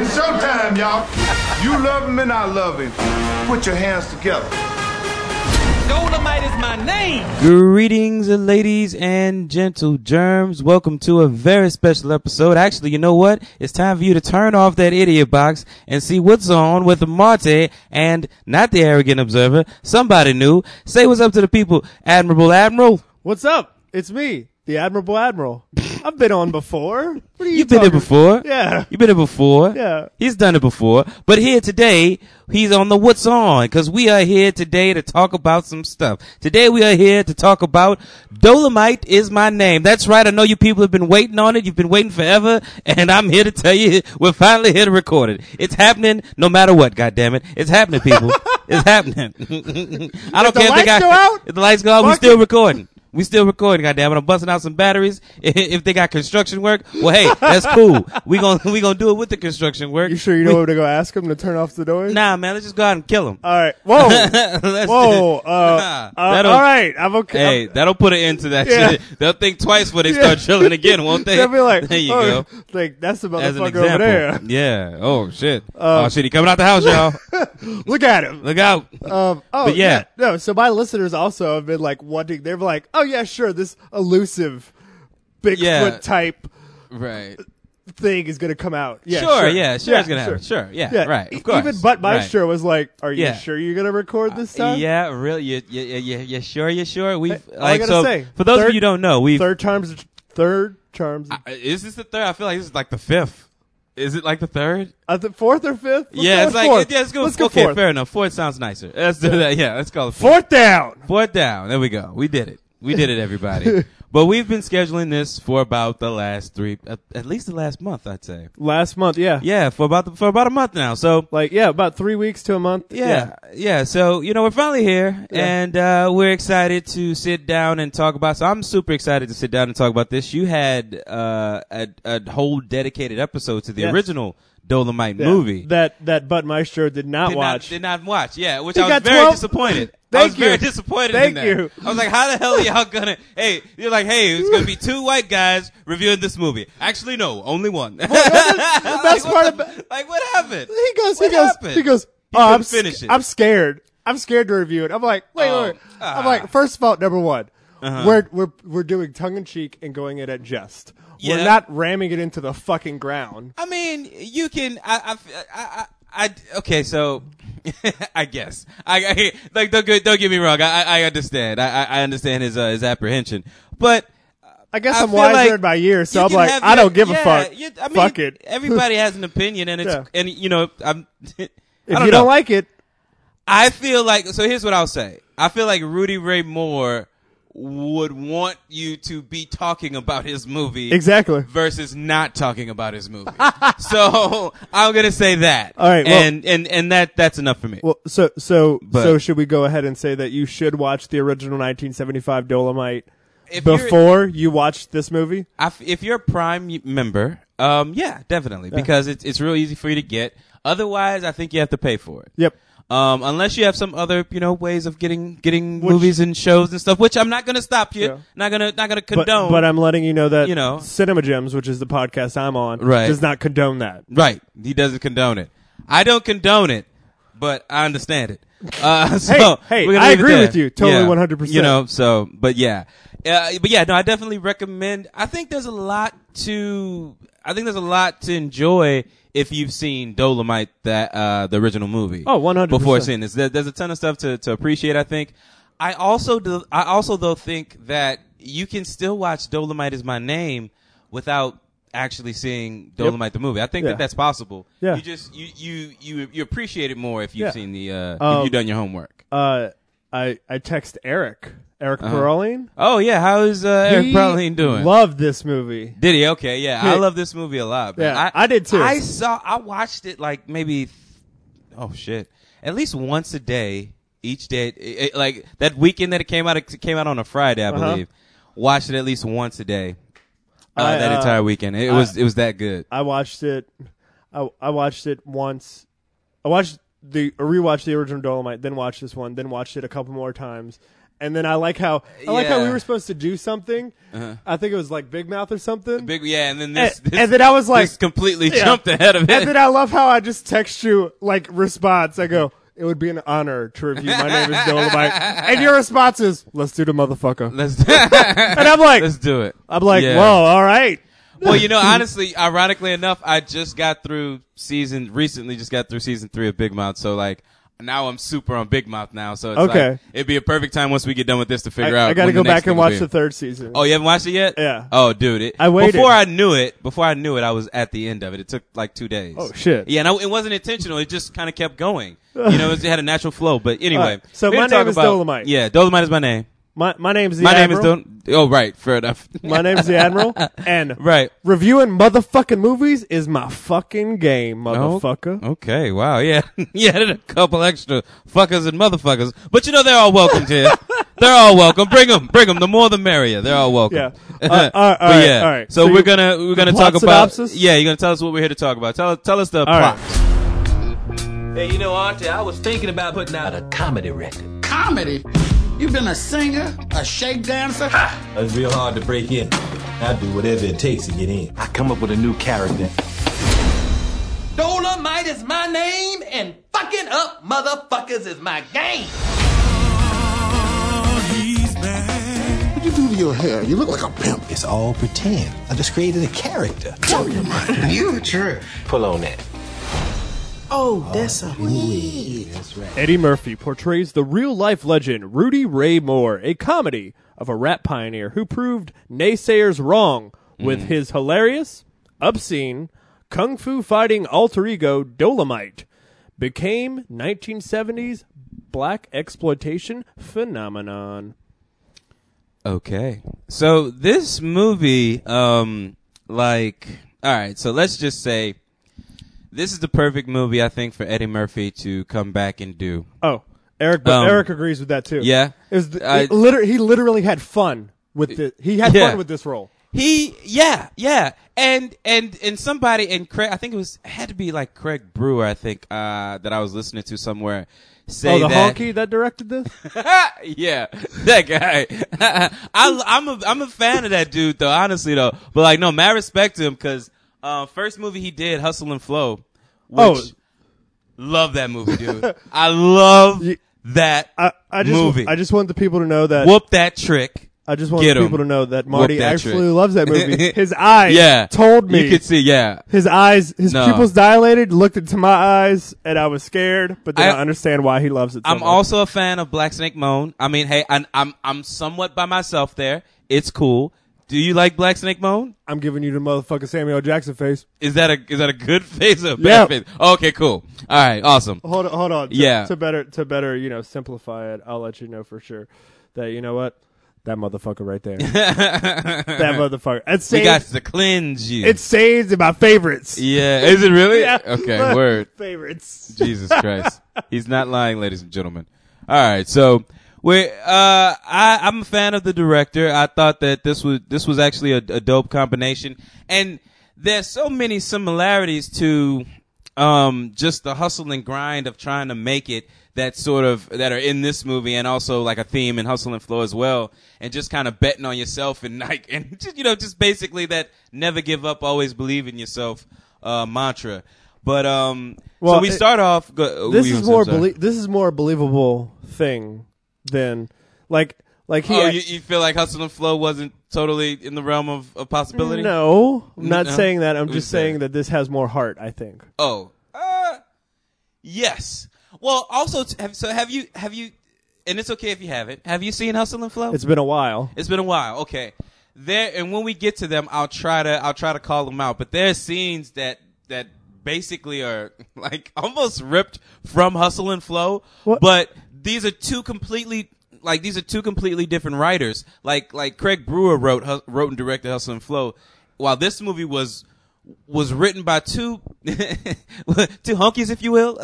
It's showtime, y'all. You love him and I love him. Put your hands together. Dolomite is my name. Greetings, ladies and gentle germs. Welcome to a very special episode. Actually, you know what? It's time for you to turn off that idiot box and see what's on with Marte and not the arrogant observer, somebody new. Say what's up to the people, Admirable Admiral. What's up? It's me, the Admirable Admiral. I've been on before. What are you You've been here talking- before. Yeah. You've been here before. Yeah. He's done it before. But here today, he's on the What's On, because we are here today to talk about some stuff. Today we are here to talk about Dolomite is my name. That's right. I know you people have been waiting on it. You've been waiting forever. And I'm here to tell you, we're finally here to record it. It's happening no matter what, goddammit. It's happening, people. it's happening. I don't the care if they lights got, go out, if the lights go out, we mark still it. recording. We still recording, goddamn it. I'm busting out some batteries. If they got construction work, well, hey, that's cool. We gon' we gonna do it with the construction work. You sure you don't want to go ask him to turn off the noise? Nah, man, let's just go out and kill him. All right. Whoa. Let's Oh. Whoa. just- Uh, Nah, uh, that'll- all right. I'm okay. Hey, I'm- that'll put an end to that Yeah. shit. They'll think twice before they Yeah. start chilling again, won't they? They'll be like, there you oh, go. like that's the As an motherfucker over example. there. Uh, Yeah. Oh shit. oh shit. He coming out the house, y'all. Look at him. Look out. Um, oh But yeah. No. So my listeners also have been like wanting. They're like, oh yeah, sure. This elusive Bigfoot Yeah. type Right. thing is gonna come out. Yeah, sure, Yeah. Sure. it's gonna sure. happen. Sure. Yeah. Yeah, Right. e- Of course. Even Butt Right. Maestro was like, "Are you Yeah. sure you're gonna record this Uh, time?" Yeah, really. You, you, you, you, you sure? You sure? We've all I like gotta so. say, for those of you third- who don't know, we've Third times, third charms. Uh, is this the third? I feel like this is like the fifth. Is it like the third? I think uh, fourth or fifth. Let's yeah, go it's with like fourth. yeah. Let's go. Let's go okay, fourth. fair enough. Fourth sounds nicer. Let's do that. Yeah, let's call it fourth. Fourth down. Fourth down. There we go. We did it. We did it, everybody. but we've been scheduling this for about the last three, at, at least the last month, I'd say. Last month, yeah, Yeah, for about the, for about a month now. So like yeah, about three weeks to a month. Yeah, yeah. So you know we're finally here, Yeah. and uh, we're excited to sit down and talk about. So I'm super excited to sit down and talk about this. You had uh, a a whole dedicated episode to the Yes. original Dolomite Yeah. movie. that that Butt Maestro did not did watch. Not, did not watch. Yeah, which He I was got very 12 disappointed. I Thank was very you. disappointed. Thank in that. you. I was like, how the hell are y'all gonna? Hey, you're like, hey, it's gonna be two white guys reviewing this movie. Actually, no, only one. the best like, part what about- like what happened? he goes, What he goes, happened? he goes. He oh, I'm couldn't finish sc- it. I'm scared. I'm scared to review it. I'm like, wait, Oh, wait. wait. ah. I'm like, first of all, number one, Uh-huh. we're we're we're doing tongue in cheek and going it at jest. Yeah. We're not ramming it into the fucking ground. I mean, you can. I. I. I. I, I okay, so I guess. I, I like don't get don't get me wrong. I I I understand. I I I understand his uh, his apprehension, but. I guess I I am feel wiser like in my years, so you I'm can like, have I your- don't give yeah, a fuck. you- I mean, fuck it. Everybody has an opinion, and it's Yeah. and you know I'm. I If don't you know. don't like it, I feel like so. Here's what I'll say. I feel like Rudy Ray Moore would want you to be talking about his movie exactly. versus not talking about his movie. so I'm gonna say that. All right, well- and and and that that's enough for me. Well, so so But- so should we go ahead and say that you should watch the original 1975 Dolomite If you're- before you watch this movie? I f- if you're a Prime y- member, um, yeah, definitely, because it's it's real easy for you to get. Otherwise, I think you have to pay for it. Yep. Um, unless you have some other, you know, ways of getting getting Which- movies and shows and stuff, which I'm not gonna stop you. Yeah. Not gonna not gonna But, condone. but I'm letting you know that You know. Cinema Gems, which is the podcast I'm on, Right. does not condone that. right. He doesn't condone it. I don't condone it, but I understand it. Uh, so hey, we're gonna I leave it agree there. with you. Totally Yeah. 100%. You know, so but yeah, uh, but yeah, no, I definitely recommend. I think there's a lot to. I think there's a lot to enjoy if you've seen Dolomite, that uh, the original movie. Oh, 100%. Before seeing this, there, there's a ton of stuff to, to appreciate. I think. I also do. I also though think that you can still watch Dolomite is my name without actually seeing Dolomite the movie. I think Yeah. that that's possible. Yeah. You just you you you you appreciate it more if you've Yeah. seen the uh, if Um, you've done your homework. Uh, I I text Eric, Eric Peroline. Oh yeah, how is uh, Eric He Brownlee doing? Loved this movie. did he? Okay, yeah, I Yeah. love this movie a lot. man. Yeah, I did too. I saw, I watched it like maybe, th- oh shit, at least once a day, each day, It- it- like that weekend that it came out, it came out on a Friday, I Uh-huh. believe. Watched it at least once a day. Uh, I, that uh, entire weekend, it was it was that good. I watched it. I I watched it once. I watched the I rewatched the original Dolomite, then watched this one, then watched it a couple more times, And then I like how I like how Yeah. Uh-huh. we were supposed to do something. I think it was like Big Mouth or something. Big, yeah, and then and, this, this, and then I was like, this completely yeah. jumped ahead of it. And then I love how I just text you like response. I go, it would be an honor to review. My name is Dolomite, and your response is, "Let's do the motherfucker." let's, And I'm like, let's do it. I'm like, Yeah. whoa, all right. Well, you know, honestly, ironically enough, I just got through season recently. Just got through season three of Big Mouth, so like now I'm super on Big Mouth now. So it's Okay. like, it'd be a perfect time once we get done with this to I, figure out. I gotta when go the next back and thing will watch be. the third season. Oh, you haven't watched it yet? Yeah. Oh, dude, it, I waited. before I knew it. Before I knew it, I was at the end of it. It took like two days. Oh, shit. Yeah, and I, it wasn't intentional. It just kind of kept going. You know, it had a natural flow. But anyway, Alright, so we my didn't talk name is about- Dolomite. Yeah, Dolomite is my name. My my name's the my Admiral. name is Dol. Oh, right, fair enough. My name's the Admiral, and right. reviewing motherfucking movies is my fucking game, motherfucker. Oh, Okay, wow, yeah. you added a couple extra fuckers and motherfuckers. But you know, they're all welcome here. they're all welcome. Bring them, bring them. The more the merrier. They're all welcome. Yeah. Uh, all right, all But right, yeah. all right. So, So we're you- gonna, we're gonna plot talk about, synopsis? yeah, you're gonna tell us what we're here to talk about. Tell, tell us the All plot. right. Hey, you know, Auntie, I was thinking about putting out a comedy record. comedy. You've been a singer, a shake dancer. It's real hard to break in. I do whatever it takes to get in. I come up with a new character. Dolomite is my name, and fucking up motherfuckers is my game. What you do to your hair? You look like a pimp. It's all pretend. I just created a character. You true. Pull on that. Eddie Murphy portrays the real life legend Rudy Ray Moore, a comedy of a rap pioneer who proved naysayers wrong Mm. with his hilarious, obscene, kung fu fighting alter ego Dolomite. Became 1970s black exploitation phenomenon. Okay. So this movie, um, like, all right. So let's just say this is the perfect movie, I think, for Eddie Murphy to come back and do. Oh, Eric Um, Eric agrees with that too. yeah. It was the, I- it liter- he literally had fun with the, he had Yeah. fun with this role. He, yeah, yeah, and and and somebody and Craig, I think it was had to be like Craig Brewer, I think uh, that I was listening to somewhere. Say Oh, the that, honky that directed this? yeah, that guy. I, I'm a I'm a fan of that dude though, honestly though. But like, no, mad respect to him because uh, first movie he did, Hustle and Flow, which Oh. love that movie, dude. I love You- that I, I just movie. I just want the people to know that whoop that trick. I just want Get people 'em. to know that Whoop Marty that actually trick. loves that movie. His eyes yeah, told me. you could see. Yeah, his eyes, his No. pupils dilated, looked into my eyes, and I was scared, but then I, I- understand why he loves it so I'm much. also a fan of Black Snake Moan. I mean, hey, I'm, I'm I'm somewhat by myself there. It's cool. Do you like Black Snake Moan? I'm giving you the motherfucking Samuel L. Jackson face. Is that a is that a good face or a Yeah. bad face? Okay, cool. All right, awesome. Hold on, hold on. To- Yeah. To better, to better, you know, simplify it, I'll let you know for sure that, you know what? That motherfucker right there. that motherfucker. It We saves, got to cleanse you. it saves in my favorites. yeah, is it really? Yeah. Okay, word. Favorites. Jesus Christ, he's not lying, ladies and gentlemen. All right, so we uh, I I'm a fan of the director. I thought that this was this was actually a, a dope combination, and there's so many similarities to um just the hustle and grind of trying to make it that sort of that are in this movie and also like a theme in hustle and flow as well and just kind of betting on yourself and like and just you know just basically that never give up always believe in yourself uh mantra but um Well, so we it- start off. Go, uh, this we- is more I'm sorry. belie- this is more believable thing than like like he Oh, you, you feel like hustle and flow wasn't totally in the realm of, of possibility? no I'm not No. saying that I'm Who's just that? saying that this has more heart I think Oh, uh, yes. Well, also, t- have, so have you have you? And it's okay if you haven't. Have you seen Hustle and Flow? it's been a while It's been a while. Okay. There and when we get to them, I'll try to I'll try to call them out. But there's scenes that that basically are like almost ripped from Hustle and Flow. What? But these are two completely like these are two completely different writers. Like like Craig Brewer wrote Hus- wrote and directed Hustle and Flow, while this movie was was written by two two hunkies, if you will.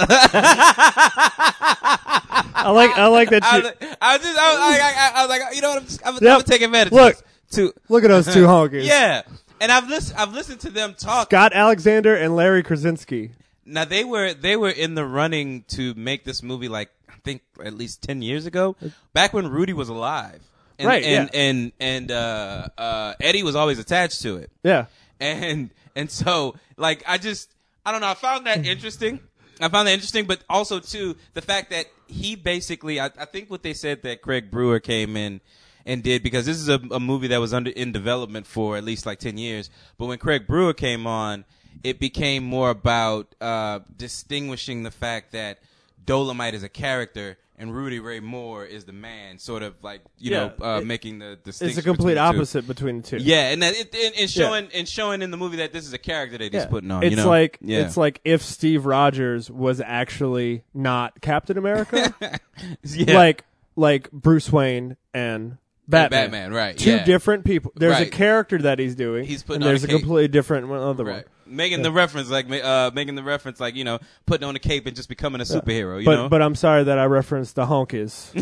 I like I like that I you was, like- I was just I was, like, I, I was like you know what I'm just, I'm, I'm Yep. gonna take advantage. Look. of this. to look at those two honkies yeah. And I've listened. I've listened to them talk. Scott Alexander and Larry Krasinski Now they were they were in the running to make this movie like I think at least ten years ago, back when Rudy was alive, and, Right, And yeah. and and uh, uh, Eddie was always attached to it. Yeah. and and so like I just I don't know I found that interesting. I found that interesting, but also too the fact that he basically I, I think what they said that Craig Brewer came in and did because this is a, a movie that was under in development for at least like ten years, but when Craig Brewer came on, it became more about uh, distinguishing the fact that Dolomite is a character. And Rudy Ray Moore is the man, sort of like you Yeah, know, uh, it- making the distinction. It's a between complete the two. opposite between the two. Yeah, and that it, and, and showing and showing in the movie that this is a character that he's Yeah. putting on. It's you know? like yeah. it's like if Steve Rogers was actually not Captain America, Yeah. like like Bruce Wayne and Batman. Batman, right, Two yeah. different people. There's a Right. character that he's doing. He's putting and on there's a a, cape. completely different one other right. one. making the reference like ma- uh, making the reference like you know putting on a cape and just becoming a superhero. You But know, but I'm sorry that I referenced the honkies.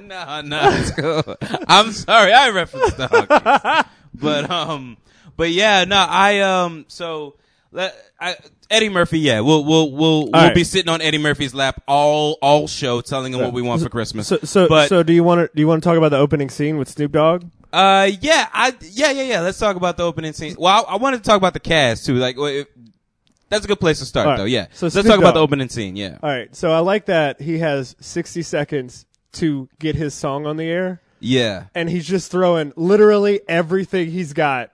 no, no, it's cool. I'm sorry, I referenced the Hawkins. but um, but yeah, no, I um, so let I, Eddie Murphy, yeah, we'll we'll we'll we'll right. be sitting on Eddie Murphy's lap all all show, telling him what we want for Christmas. So so but so do you want to do you want to talk about the opening scene with Snoop Dogg? Uh, yeah, I, yeah, yeah, yeah. Let's talk about the opening scene. Well, I, I wanted to talk about the cast too. Like, well, if, that's a good place to start, All right. though. Yeah. So let's Snoop talk about Dogg. the opening scene. Yeah. All right. So I like that he has 60 seconds to get his song on the air Yeah. and he's just throwing literally everything he's got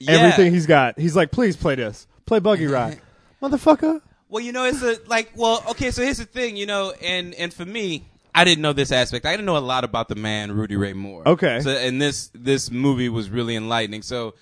yeah. everything he's got. He's like, please play this. Play Buggy Ride. Motherfucker. Well, you know, it's a like. Well, okay. So here's the thing, you know, and and for me, I didn't know this aspect. I didn't know a lot about the man Rudy Ray Moore. Okay. So and this this movie was really enlightening. So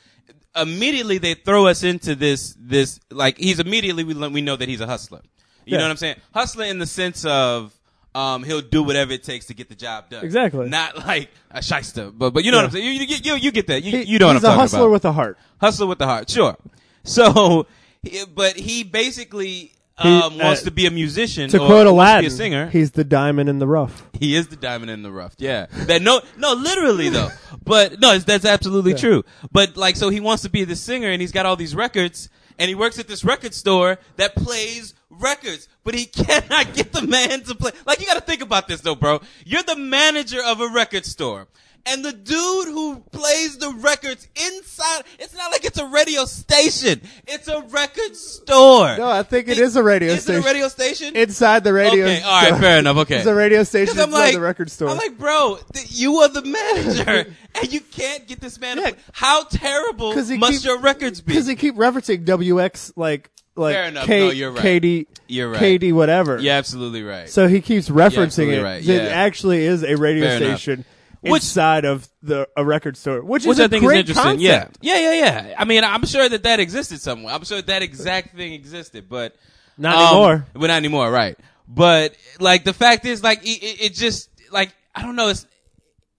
immediately they throw us into this this like he's immediately we le- we know that he's a hustler. You Yeah. know what I'm saying? Hustler in the sense of. Um, he'll do whatever it takes to get the job done. Exactly. Not like a shyster, but but you know Yeah. what I'm saying. You you, get- you, you get that. You, He- you know what I'm he's talking a hustler about. with a heart. Hustler with the Heart, sure. So, he- but he basically um, He, uh, wants to be a musician. To or quote wants to Oh, be Aladdin, a singer. he's the diamond in the rough. he is the diamond in the rough. Yeah, that no, no, literally though. But no, it's, that's absolutely true. But like, so he wants to be the singer, and he's got all these records, and he works at this record store that plays records, but he cannot get the man to play. Like, you got to think about this though, bro. You're the manager of a record store. And the dude who plays the records inside, it's not like it's a radio station. It's a record store. No, I think it is a radio is it station. a radio station? Inside the radio Okay, all right, fair enough. Okay, It's a radio station Because I'm inside like the record store. I'm like, bro, th- you are the manager, and you can't get this man. to Yeah. play. How terrible 'Cause he must keep- your records be? Because they keep referencing WX like like Fair enough. K- No, you're right. KD You're right. KD whatever. You're absolutely right. So he keeps referencing absolutely it. right, It yeah. actually is a radio Fair enough. station Which- inside of the a record store, which, which is a I think is great interesting. Concept. Yeah, yeah, yeah, yeah. I mean, I'm sure that that existed somewhere. I'm sure that exact thing existed, but Not um, anymore. But not anymore, right? But like the fact is, like it, it, it just like I don't know. It's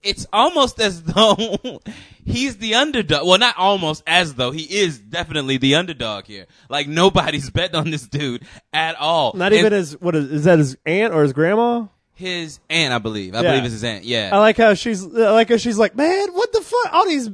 it's almost as though he's the underdog. Well, not almost as though he is definitely the underdog here. Like nobody's betting on this dude at all. Not And even his what is, is that his aunt or his grandma? his aunt, I believe. I Yeah. Oh, believe it's his aunt. Yeah. I like how she's I like how she's like, man, what the fuck? All these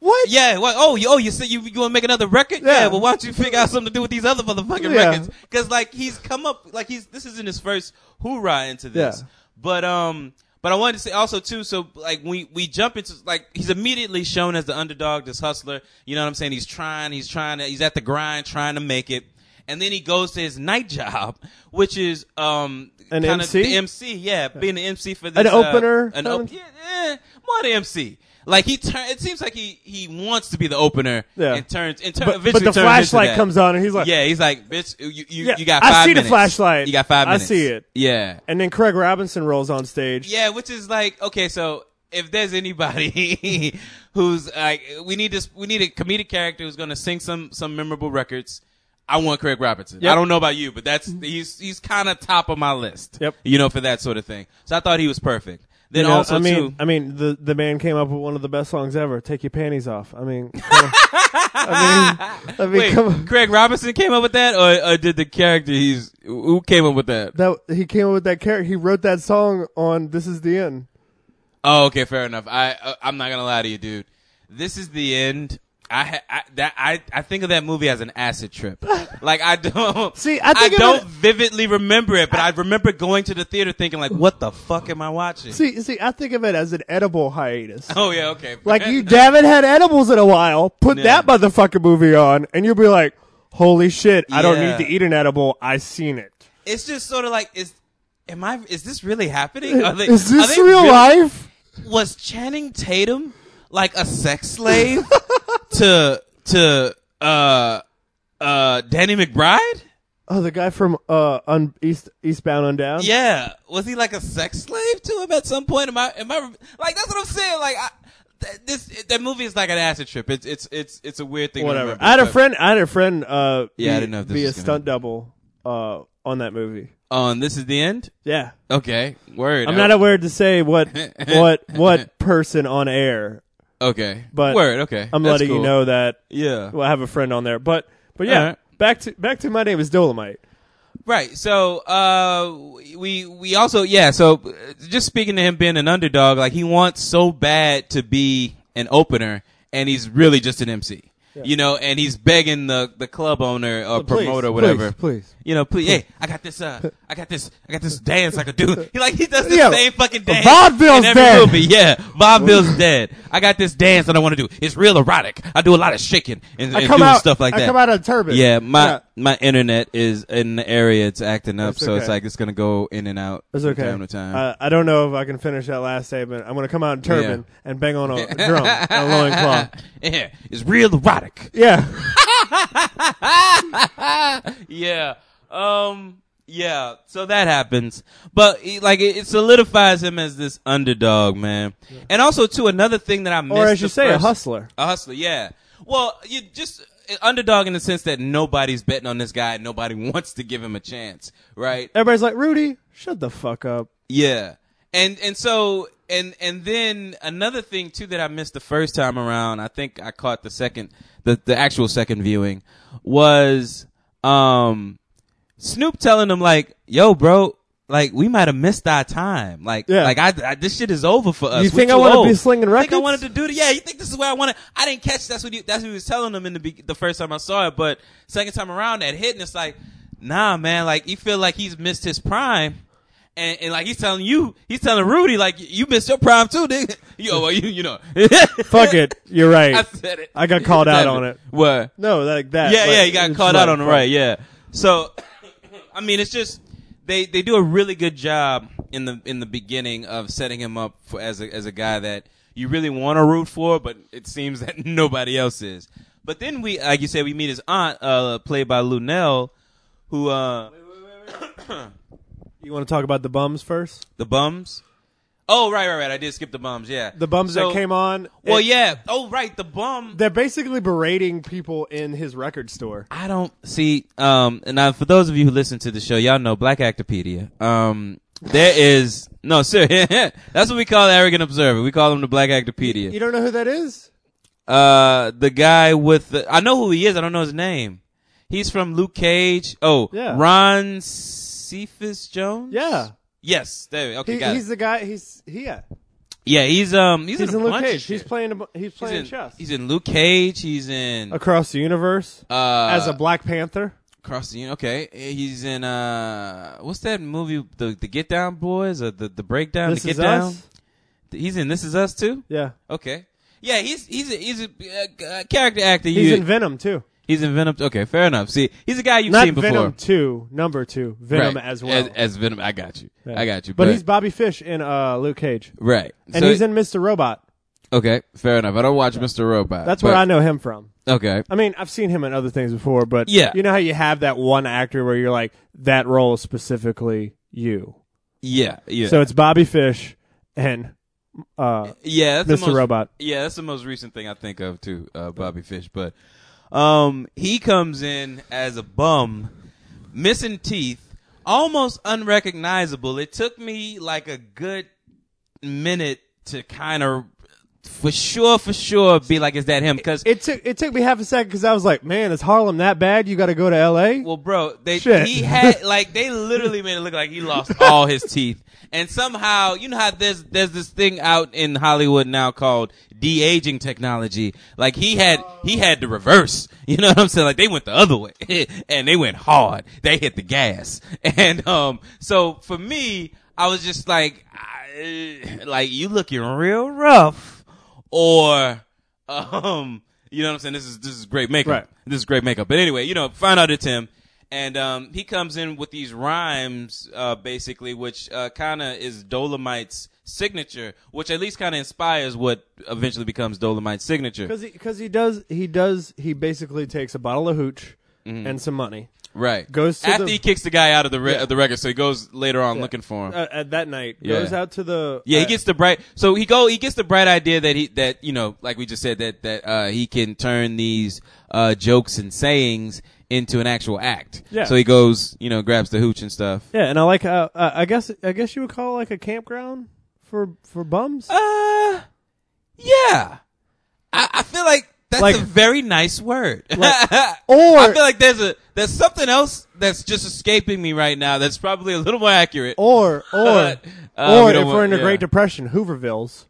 what? Yeah. Well, oh, you, oh, you said you, you want to make another record? Yeah. Yeah. Well, why don't you figure out something to do with these other motherfucking Yeah. records? Because like he's come up, like he's this isn't his first hoorah into this. Yeah. But um, but I wanted to say also too. So like we we jump into like he's immediately shown as the underdog, this hustler. You know what I'm saying? He's trying. He's trying to. He's at the grind, trying to make it. And then he goes to his night job, which is um An kinda MC? the MC, yeah, being the MC for this An uh, opener? an op- Something? yeah, eh, more the MC. Like he turn, it seems like he he wants to be the opener. Yeah. and turns and turn, But- eventually but the turns into flashlight that. comes on and he's like- yeah, he's like, bitch, you you, Yeah, you got I five see the minutes. flashlight. You got five I minutes. see it. Yeah, And then Craig Robinson rolls on stage. yeah, which is like okay, so if there's anybody who's like, we need this, we need a comedic character who's going to sing some some memorable records. I want Craig Robertson. Yep. I don't know about you, but that's he's he's kind of top of my list. Yep. you know for that sort of thing. So I thought he was perfect. Then You know, also I mean, too, I mean, the the man came up with one of the best songs ever. Take your panties off. I mean, come on. I mean, I mean, Wait, come on. Craig Robinson came up with that, or, or did the character he's who came up with that? That he came up with that character. He wrote that song on "This Is the End." Oh, okay, fair enough. I uh, I'm not gonna lie to you, dude. This is the end. I, ha- I that I, I think of that movie as an acid trip. Like I don't See, I think of don't it- vividly remember it, but I, remember going to the theater thinking like, what the fuck am I watching? See, see, I think of it as an edible hiatus. oh yeah, okay. Like you haven't had edibles in a while. Put Yeah. that motherfucking movie on, and you'll be like, "Holy shit! I don't Yeah. need to eat an edible. I seen it. it's just sort of like is am I is this really happening? Are they- Is are this they real really- life? Was Channing Tatum like a sex slave to to uh uh Danny McBride? Oh, the guy from uh, un- East Eastbound and Down. Yeah, was he like a sex slave to him at some point? Am I? Am I? Like that's what I'm saying. Like I, th- this, that movie is like an acid trip. It's it's it's it's a weird thing. To whatever. remember, I had a but, friend. I had a friend. Uh, Yeah, I be- didn't know if this be a was gonna- stunt double uh, on that movie. Um, this is the end. Yeah, Okay, word. I'm not aware to say what what what person on air, okay, but word. Okay, I'm That's letting you cool. know that Yeah. well, I have a friend on there, but but yeah, Alright. back to back to my name is Dolomite. Right. So, uh, we, we also, yeah. So uh, just speaking to him being an underdog, like he wants so bad to be an opener and he's really just an MC, you know, and he's begging the, the club owner or Oh, please, promoter, whatever. please, please. You know, please, Hey, I got this, uh, I got this, I got this dance I could do. He like, he does the Yeah. same fucking dance. Vaudeville's in every dead. Movie. Yeah. Vaudeville's dead. I got this dance that I want to do. It's real erotic. I do a lot of shaking and, I and come doing out stuff like I that. come out of the turban. Yeah, my Yeah. my internet is in the area. It's acting up, That's so it's okay. like it's gonna go in and out It's from okay. time to time. Uh, I don't know if I can finish that last statement. I'm gonna come out in turban and bang on a drum, a loincloth. yeah, it's real erotic. Yeah, Yeah. Um. Yeah. So that happens, but he- like it, it solidifies him as this underdog man, and also too another thing that I missed. or as you the say, a first- hustler. A hustler. Yeah. Well, you just uh, underdog in the sense that nobody's betting on this guy. and Nobody wants to give him a chance, right? Everybody's like Rudy, shut the fuck up. Yeah. And and so and and then another thing too that I missed the first time around, I think I caught the second the, the actual second viewing was um Snoop telling him like, "Yo, bro, like we might have missed our time. Like, Yeah. like I, I this shit is over for us. You We're think I too wanna be old. slinging Think I records? wanted to do the, yeah. You think this is where I want to? I didn't catch that's what you that's what he was telling him in the be- the first time I saw it, but second time around that hit and it's like, nah, man. Like you feel like he's missed his prime. And, and like he's telling you, he's telling Rudy, like you missed your prime too, nigga. Yo, well, you you know, Fuck it, you're right. I said it. I got called out on it. What? No, like that. Yeah, but yeah, you got it's caught out on the fuck. right. Yeah. So, I mean, it's just they they do a really good job in the in the beginning of setting him up for as a as a guy that you really want to root for, but it seems that nobody else is. But then we, like you said, we meet his aunt, uh, played by Lunel, who uh, You want to talk about the bums first? the bums. Oh, right, right, right. I did skip the bums. Yeah, The bums So- that came on. Well, it- yeah. Oh, right, the bum. They're basically berating people in his record store. I don't see. Um, and now for those of you who listen to the show, y'all know Black Actopedia. Um, there is no sir. that's what we call the arrogant observer. We call him the Black You Actopedia. don't know who that is? Uh, the guy with the, I know who he is. I don't know his name. He's from Luke Cage. Oh, Yeah. Ron Cephas Jones. Yeah. Yes. There. we- Okay. He, got it. he's the guy. He's yeah. yeah. He's um. He's, He's in, in a Luke bunch of Cage. He's shit. playing. A, bu- he's He's playing in- chess He's in Luke Cage. He's in across the universe uh, as a Black Panther. Across the Union. Okay, he's in uh, what's that movie? The the Get Down Boys or the the Breakdown? This the Get is Down. us. He's in This Is Us too. Yeah. Okay. Yeah, he's he's a, he's a, uh, character actor. He's you, in Venom too. he's in Venom. Okay, fair enough. See, he's a guy you've Not seen before. Venom two. Number two. Venom Right. as well. As, Venom, I got you. Yeah. I got you. But, he's Bobby Fish in uh, Luke Cage, right, and So- he's in Mr. Robot. Okay, fair enough. I don't watch Mr. Robot. That's but, where I know him from. Okay, I mean, I've seen him in other things before, but Yeah. you know how you have that one actor where you're like, that role is specifically you. yeah, yeah. So it's Bobby Fish and uh, yeah, that's the Mr. most- Robot. Yeah, that's the most recent thing I think of too, uh, Bobby Fish. But um, he comes in as a bum, missing teeth, almost unrecognizable. It took me like a good minute to kind of for sure, for sure, be like, is that him? Because It took it took me half a second because I was like, man, is Harlem that bad? You got to go to L.A. Well, bro, they Shit. he had like they literally made it look like he lost all his teeth, and somehow you know how there's there's this thing out in Hollywood now called de aging technology. Like he had he had the reverse. You know what I'm saying? Like they went the other way, and they went hard. They hit the gas, and um. So for me, I was just like, I, like you looking real rough, or um. You know what I'm saying? This is this is great makeup. Right. This is great makeup. But anyway, you know, find out it's him. And um, he comes in with these rhymes, uh, basically, which uh, kind of is Dolomite's signature, which at least kind of inspires what eventually becomes Dolomite's signature. Because he, 'cause he does he does he basically takes a bottle of hooch Mm-hmm. and some money. Right. Goes to After the- he kicks the guy out of the, re- of the record, so he goes later on Yeah. looking for him. Uh, at that night, Yeah. goes out to the Yeah, he uh, gets the bright. So he go. He gets the bright idea that he that you know, like we just said, that that uh, he can turn these uh, jokes and sayings into an actual act. Yeah. So he goes, you know, grabs the hooch and stuff. yeah, and I like how uh, I guess I guess you would call it like a campground for for bums. Uh, yeah. I, I feel like that's Like- a very nice word. or- I feel like there's a there's something else that's just escaping me right now. That's probably a little more accurate. or or But, uh, or we if don't we're want- in the yeah. Great Depression, Hoovervilles.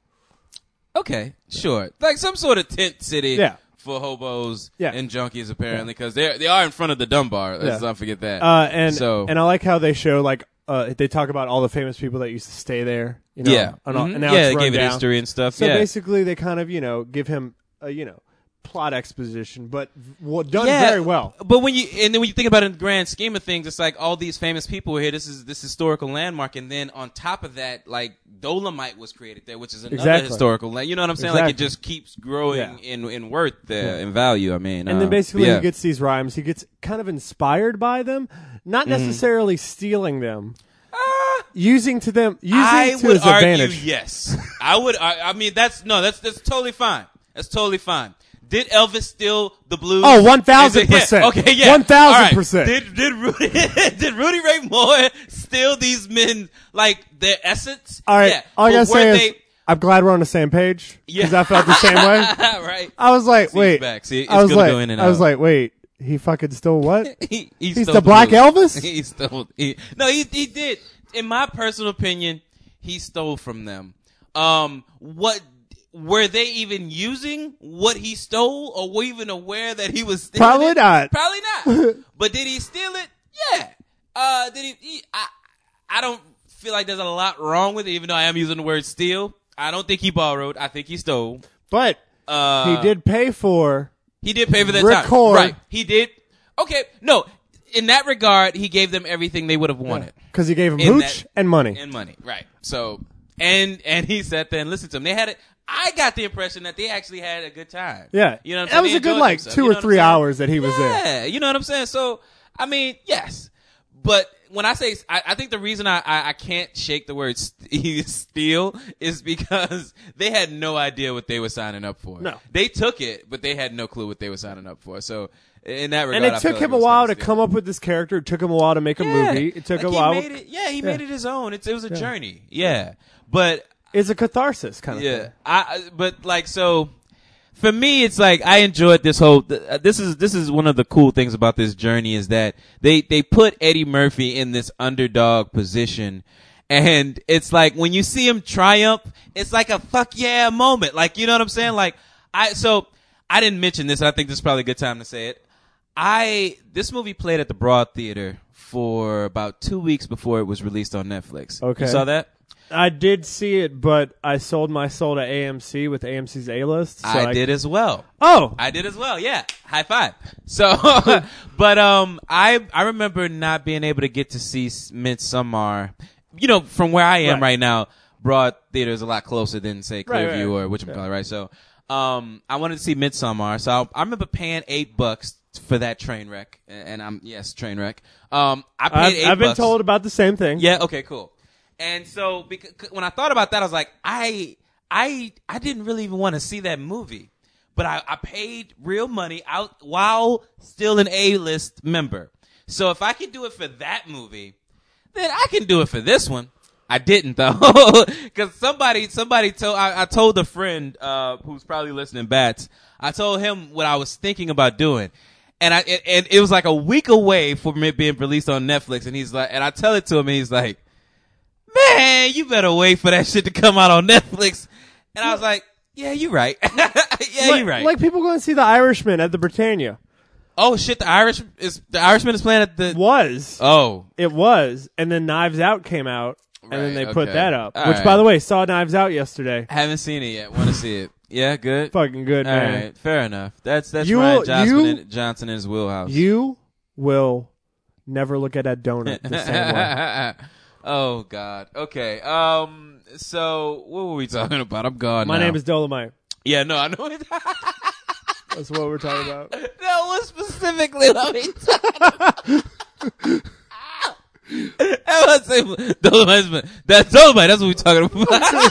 Okay, sure. Like some sort of tent city Yeah. for hobos Yeah. and junkies, apparently, because they they are in front of the Dunbar. Let's Yeah. not forget that. Uh, and so and I like how they show like uh, they talk about all the famous people that used to stay there. You know, yeah, and, all- Mhm. and now yeah, it's they run gave it down. history and stuff. So yeah. basically, they kind of you know give him a, you know plot exposition, but w- done yeah, very well. But when you and then when you think about it in the grand scheme of things, it's like all these famous people were here. This is this historical landmark, and then on top of that, like Dolomite was created there, which is another Exactly. historical land. You know what I'm saying? Like it Exactly. just keeps growing Yeah. in in worth there, in value. I mean, And uh, then basically yeah. he gets these rhymes. He gets kind of inspired by them, not Mm-hmm. necessarily stealing them, using to them, using Uh, I to would his argue advantage. yes. I would. I, I mean, that's no. That's that's totally fine. That's totally fine. Did Elvis steal the blues? Oh, 1000%. Is it- yeah, Okay, yeah. 1000%. All right. Did did Rudy, did Rudy Ray Moore steal these men like their essence? All right, Yeah. all I But gotta were say is they- I'm glad we're on the same page because Yeah. I felt the same way. right. I was like, See, wait, back. See, it's I was gonna like, go in and I was out. like, wait, he fucking stole what? he, he He's stole the Black blues. Elvis? he stole. He, no, he he did. In my personal opinion, he stole from them. Um, what were they even using? What he stole, or were even aware that he was stealing? Probably it? not. Probably not. but did he steal it? Yeah. Uh, did he, he? I I don't feel like there's a lot wrong with it, even though I am using the word steal. I don't think he borrowed. I think he stole. but Uh, he did pay for. he did pay for that time. Record. Right. He did. Okay. No. In that regard, he gave them everything they would have wanted. Because he gave him In hooch that- and money. And money. Right. So and and he sat there and listened to them. They had it. I got the impression that they actually had a good time. yeah, You know what I'm that saying? was They a good enjoyed like themselves. two You know or what three I'm saying? hours that he was there. Yeah, you know what I'm saying. So, I mean, yes, but when I say, I, I think the reason I, I, I can't shake the word st- steal is because they had no idea what they were signing up for. No. they took it, but they had no clue what they were signing up for. So, in that regard, And I it feel took like him a was while kinda to stealing. come up with this character. It took him a while to make a Yeah. movie. It took Like, a he while. made it- yeah, he made it his own. It's, it was a journey. Yeah, but It's a catharsis kind of yeah, thing. I. I- But like so, for me, it's like I enjoyed this whole. th- uh, This is this is one of the cool things about this journey is that they they put Eddie Murphy in this underdog position. And it's like when you see him triumph, it's like a fuck yeah moment. Like you know what I'm saying? Like I so I didn't mention this. I think this is probably a good time to say it. I this movie played at the Broad Theater for about two weeks before it was released on Netflix. Okay. you saw that? I did see it, but I sold my soul to AMC with AMC's A list. So I did as well. Oh, I did as well. Yeah, high five. So, but um, I I remember not being able to get to see S- Midsommar. You know, from where I am Right. right, now, Broad Theater is a lot closer than say Right, right, Clearview right. or which I'm calling right. So, um, I wanted to see Midsommar. So I, I remember paying eight bucks for that train wreck, A- and I'm yes train wreck. Um, I paid I've, eight. I've been bucks. told about the same thing. Yeah. Okay. Cool. And so because, when I thought about that, I was like, I, I, I didn't really even want to see that movie, but I, I paid real money out while still an A-list member. So if I could do it for that movie, then I can do it for this one. I didn't though, because somebody somebody told I, I told a friend uh, who's probably listening bats. I told him what I was thinking about doing, and I and, and it was like a week away from it being released on Netflix. And he's like, and I tell it to him, and he's like, "Man, you better wait for that shit to come out on Netflix." And I was like, "Yeah, you're right. yeah, like, you're right." Like people going to see The Irishman at the Britannia oh shit, the Irish is the Irishman is playing at the was oh it was, and then Knives Out came out, and Right, then they put okay. that up. All which, right. by the way, saw Knives Out yesterday. haven't seen it yet. Want to see it? Yeah, good. Fucking good, All man. right, fair enough. That's that's You Ryan will- Johnson, you- in, Johnson in his wheelhouse. You will never look at that donut the same way. oh God. Okay. Um. So what were we talking about? I'm gone. My now. name is Dolomite. Yeah. No, I know. It. that That's what we're talking about. was specifically what we talking. about. that was it. Dolomite. That's Dolomite. That's what we talking about.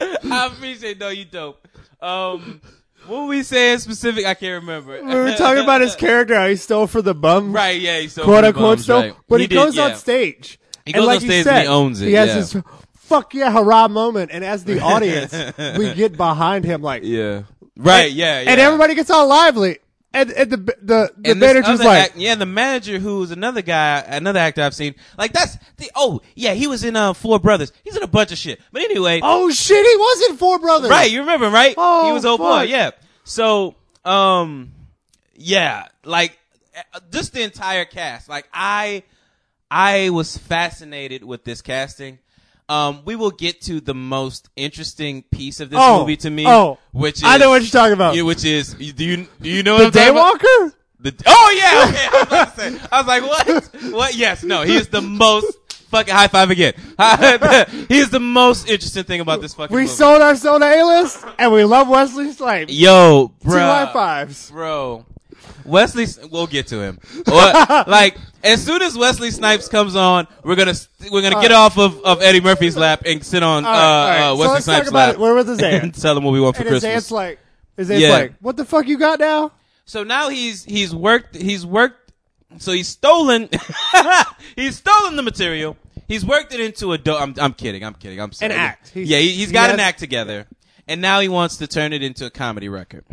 I appreciate. No, you dope. Um. What were we saying specific? I can't remember. We were talking about his character. How he stole for the bum, Right, yeah, he's so Quote many unquote bums, stole. right. But he, did, goes yeah. on stage. He and goes like on you stage said, and he owns it, He has yeah. this fuck yeah hurrah moment, and as the audience, we get behind him like, Yeah. Right, yeah, yeah. and everybody gets all lively. And, and the the the And this manager's other like, act- yeah, the manager who's another guy, another actor I've seen. Like that's the oh yeah, he was in uh, Four Brothers. He's in a bunch of shit. But anyway, oh shit, he was in Four Brothers, right, you remember him, right? Oh, he was old boy. fuck. Yeah. So um, yeah, like uh, just the entire cast. Like I, I was fascinated with this casting. Um, we will get to the most interesting piece of this Oh, movie to me. oh. which is, I know what you're talking about. Yeah, Which is do you do you know The what I'm talking about? Daywalker. The, oh yeah, okay. I was, about to say, I was like, what? What? Yes, no. He is the most fucking high five again. he is the most interesting thing about this fucking. We movie. sold our soul to A list, and we love Wesley Snipes. yo, bro. Two high fives. bro. Wesley, S- we'll get to him. Or, like as soon as Wesley Snipes comes on, we're gonna st- we're gonna get off of, of Eddie Murphy's lap and sit on All right, uh, all uh, right. Wesley so let's Snipes' talk about lap it. Where was his and aunt? tell him what we want for and his aunt's Christmas. like, his aunt's Yeah. like, what the fuck you got now? So now he's he's worked he's worked so he's stolen he's stolen the material. He's worked it into a do- I'm I'm kidding. I'm kidding. I'm sorry. An act. He's- yeah, he, he's he got an has- act together. And now he wants to turn it into a comedy record.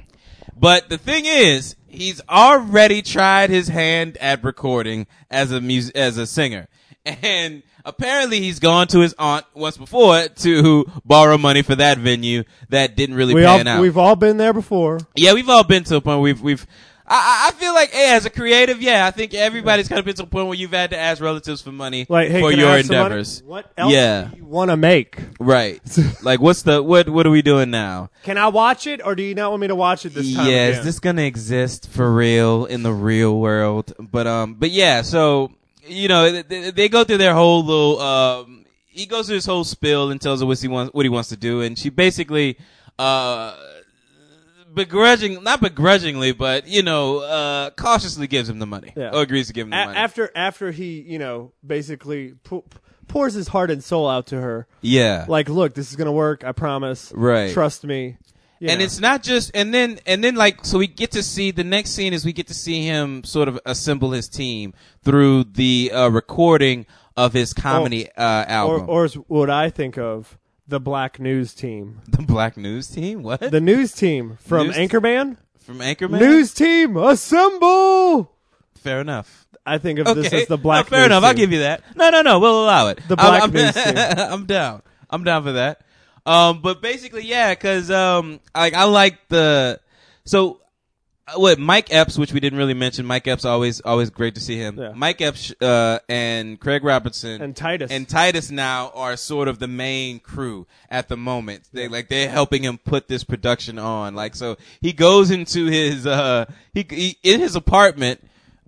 But the thing is, he's already tried his hand at recording as a mus- as a singer. And apparently he's gone to his aunt once before to borrow money for that venue that didn't really We pan all, out. we've all been there before. Yeah, we've all been to a point where we've we've. I, I- I feel like, hey, as a creative, yeah, I think everybody's kind of been to a point where you've had to ask relatives for money Like, hey, for can I your have some money? endeavors. What else Yeah, do you want to make? right. like, what's the what? What are we doing now? Can I watch it, or do you not want me to watch it this time? yeah, again? is this gonna exist for real in the real world? But um, but yeah, so you know they, they go through their whole little um. He goes through his whole spill and tells her what he wants what he wants to do, and she basically uh. Begrudging, not begrudgingly, but you know, uh, cautiously gives him the money Yeah. or agrees to give him the A- money. after after he you know basically pu- pours his heart and soul out to her? yeah, Like, look, this is gonna work. I promise. Right. Trust me. You and know. it's not just and then and then like so we get to see the next scene is we get to see him sort of assemble his team through the uh, recording of his comedy uh, Oh. or album or is what I think of the Black News team, the black news team what the news team from News- Anchorman. from anchorman News team assemble. fair enough I think of okay this as the Black. No, fair News enough Team. i'll give you that no no no we'll allow it The I'm- Black I'm, News team. i'm down i'm down for that um but basically yeah because um like i like the so uh, what Mike Epps, which we didn't really mention. Mike Epps always always great to see him. Yeah. Mike Epps uh, and Craig Robertson And Titus. and Titus now are sort of the main crew at the moment. They like they're helping him put this production on. Like so, he goes into his uh he, he in his apartment.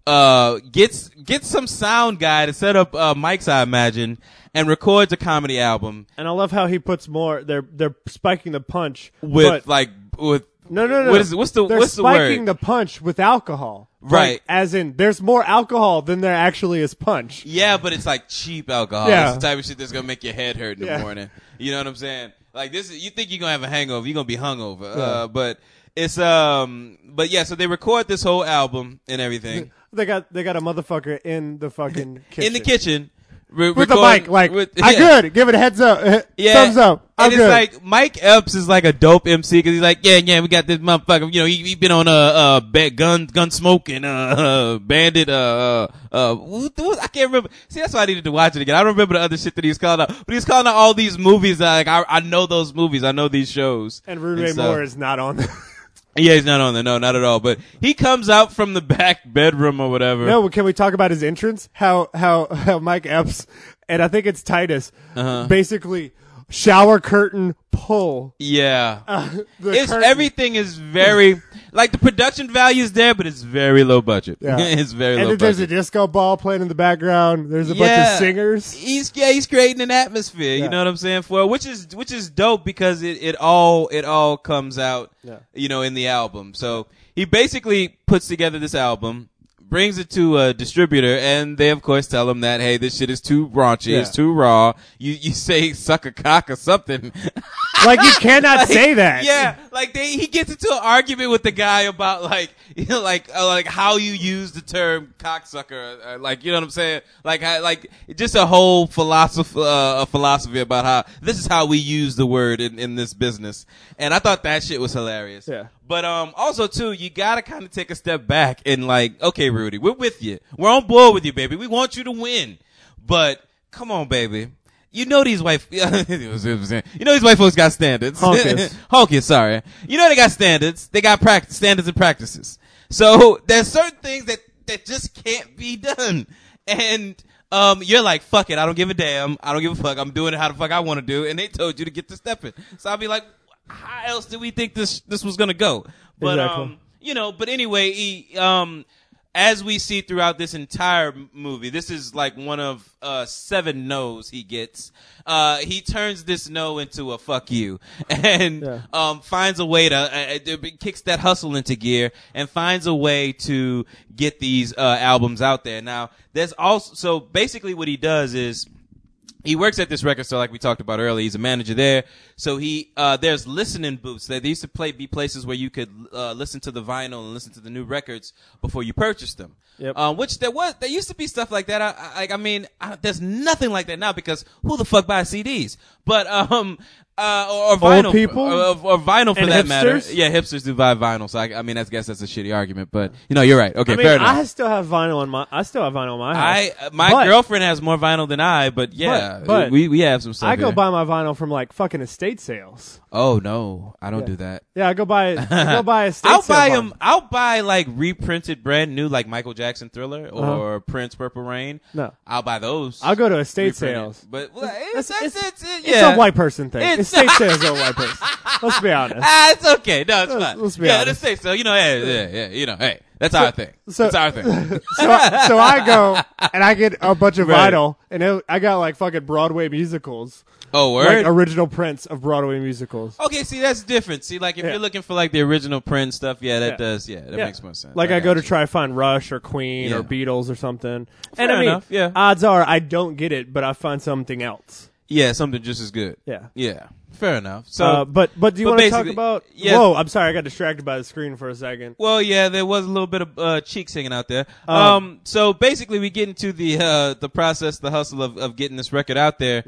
Uh, gets gets some sound guy to set up uh, mics, I imagine, and records a comedy album And I love how he puts more. They're they're spiking the punch with but- like with No, no, no. What is what's the They're what's the spiking word? the punch with alcohol, Like, Right. as in, there's more alcohol than there actually is punch. Yeah, but it's like cheap alcohol. Yeah. It's the type of shit that's gonna make your head hurt in Yeah. the morning. You know what I'm saying? Like this is you think you're gonna have a hangover, you're gonna be hungover. Uh but it's um but yeah, so they record this whole album and everything They got they got a motherfucker in the fucking kitchen. in the kitchen re- with the record- mic. Like with- I yeah. could give it a heads up, Yeah, thumbs up. I'm and good. it's like Mike Epps is like a dope MC because he's like, yeah, yeah, we got this motherfucker. You know, he, he been on uh, uh ba- gun gun smoke and uh, uh bandit uh uh, uh what- what- I can't remember. See, that's why I needed to watch it again. I don't remember the other shit that he was calling out, but he's calling out all these movies. that, Like I, I know those movies, I know these shows. And Rudy Ray stuff. Moore is not on. there. yeah, he's not on there. No, not at all. But he comes out from the back bedroom or whatever. No, well, can we talk about his entrance? How how how Mike Epps and I think it's Titus Uh-huh. basically shower curtain pull. Yeah. Uh, The it's curtain. everything is very like the production value is there, but it's very low budget. Yeah. it's very and low then there's a budget. disco ball playing in the background. There's a bunch Yeah. of singers. He's yeah, he's creating an atmosphere. You Yeah. know what I'm saying? For which is which is dope because it, it all it all comes out. You know, in the album. So he basically puts together this album, brings it to a distributor, and they of course tell him that hey, this shit is too raunchy, it's too raw. You you say suck a cock or something. Like you cannot say that. Yeah, like they, he gets into an argument with the guy about like, you know, like uh, like how you use the term cocksucker, uh, like you know what I'm saying, like I, like just a whole philosophy uh, a philosophy about how this is how we use the word in, in this business, and I thought that shit was hilarious. Yeah. But um, also too, you gotta kind of take a step back and like, okay, Rudy, we're with you, we're on board with you, baby. We want you to win, but come on, baby. You know these white, you know these white folks got standards. Honkus. Honkus, sorry. You know they got standards. They got practice standards and practices. So there's certain things that that just can't be done. And um, you're like, fuck it, I don't give a damn. I don't give a fuck. I'm doing it how the fuck I want to do. And they told you to get to stepping. So I'll be like, how else did we think this this was gonna go? But Exactly. um, you know, but anyway, he, um, as we see throughout this entire m- movie, this is like one of uh, seven no's he gets. Uh, he turns this no into a fuck you, and um, finds a way to uh, uh, kicks that hustle into gear, and finds a way to get these uh, albums out there. Now, there's also so basically what he does is he works at this record store, like we talked about earlier. He's a manager there, so he uh, there's listening booths. There, they used to play be places where you could uh, listen to the vinyl and listen to the new records before you purchased them. Yep. Um, which there was there used to be stuff like that. I, I like I mean, I, there's nothing like that now because who the fuck buys CDs? But um, uh, or, or vinyl people? or, or, or vinyl for And that matter. hipsters? Yeah, hipsters do buy vinyl. So I, I mean, I guess that's a shitty argument, but you know, you're right. Okay, I mean, fair enough. I still have vinyl on my. I still have vinyl on my. I House, uh, my but girlfriend has more vinyl than I, but yeah, But- but we we have some stuff. I go here. buy my vinyl from like fucking estate sales. Oh no, I don't do that. Yeah, I go buy. I go buy estate. I'll sale buy vinyl. them. I'll buy like reprinted, brand new, like Michael Jackson Thriller or Prince Purple Rain. Uh-huh. No. I'll buy those. I'll go to estate reprinted. sales. But well, it's, it's- it's, it's, It's yeah. a white person thing. It's- estate sales are a white person. Let's be honest. Ah, it's okay. No, it's fine. let's be yeah, honest. let's say so. You know, yeah, yeah, yeah. You know, hey, that's our thing. so- that's our thing. So I, so I go and I get a bunch of Right. vinyl and it, I got like fucking Broadway musicals, Oh, like word. original prints of Broadway musicals. okay, see, that's different. See, like if Yeah. you're looking for like the original print stuff, yeah, that Yeah. does. Yeah, that Yeah. makes more sense. Like I, go to got you. try to find Rush or Queen Yeah. or Beatles or something. Fair and I mean, enough, yeah. odds are I don't get it, but I find something else. Yeah, something just as good. Yeah. Yeah. Fair enough. So, uh, but but do you but want to talk basically- about? yeah. Whoa, I'm sorry, I got distracted by the screen for a second. Well, yeah, there was a little bit of uh, cheeks hanging out there. Oh. Um, so basically, we get into the uh, the process, the hustle of, of getting this record out there,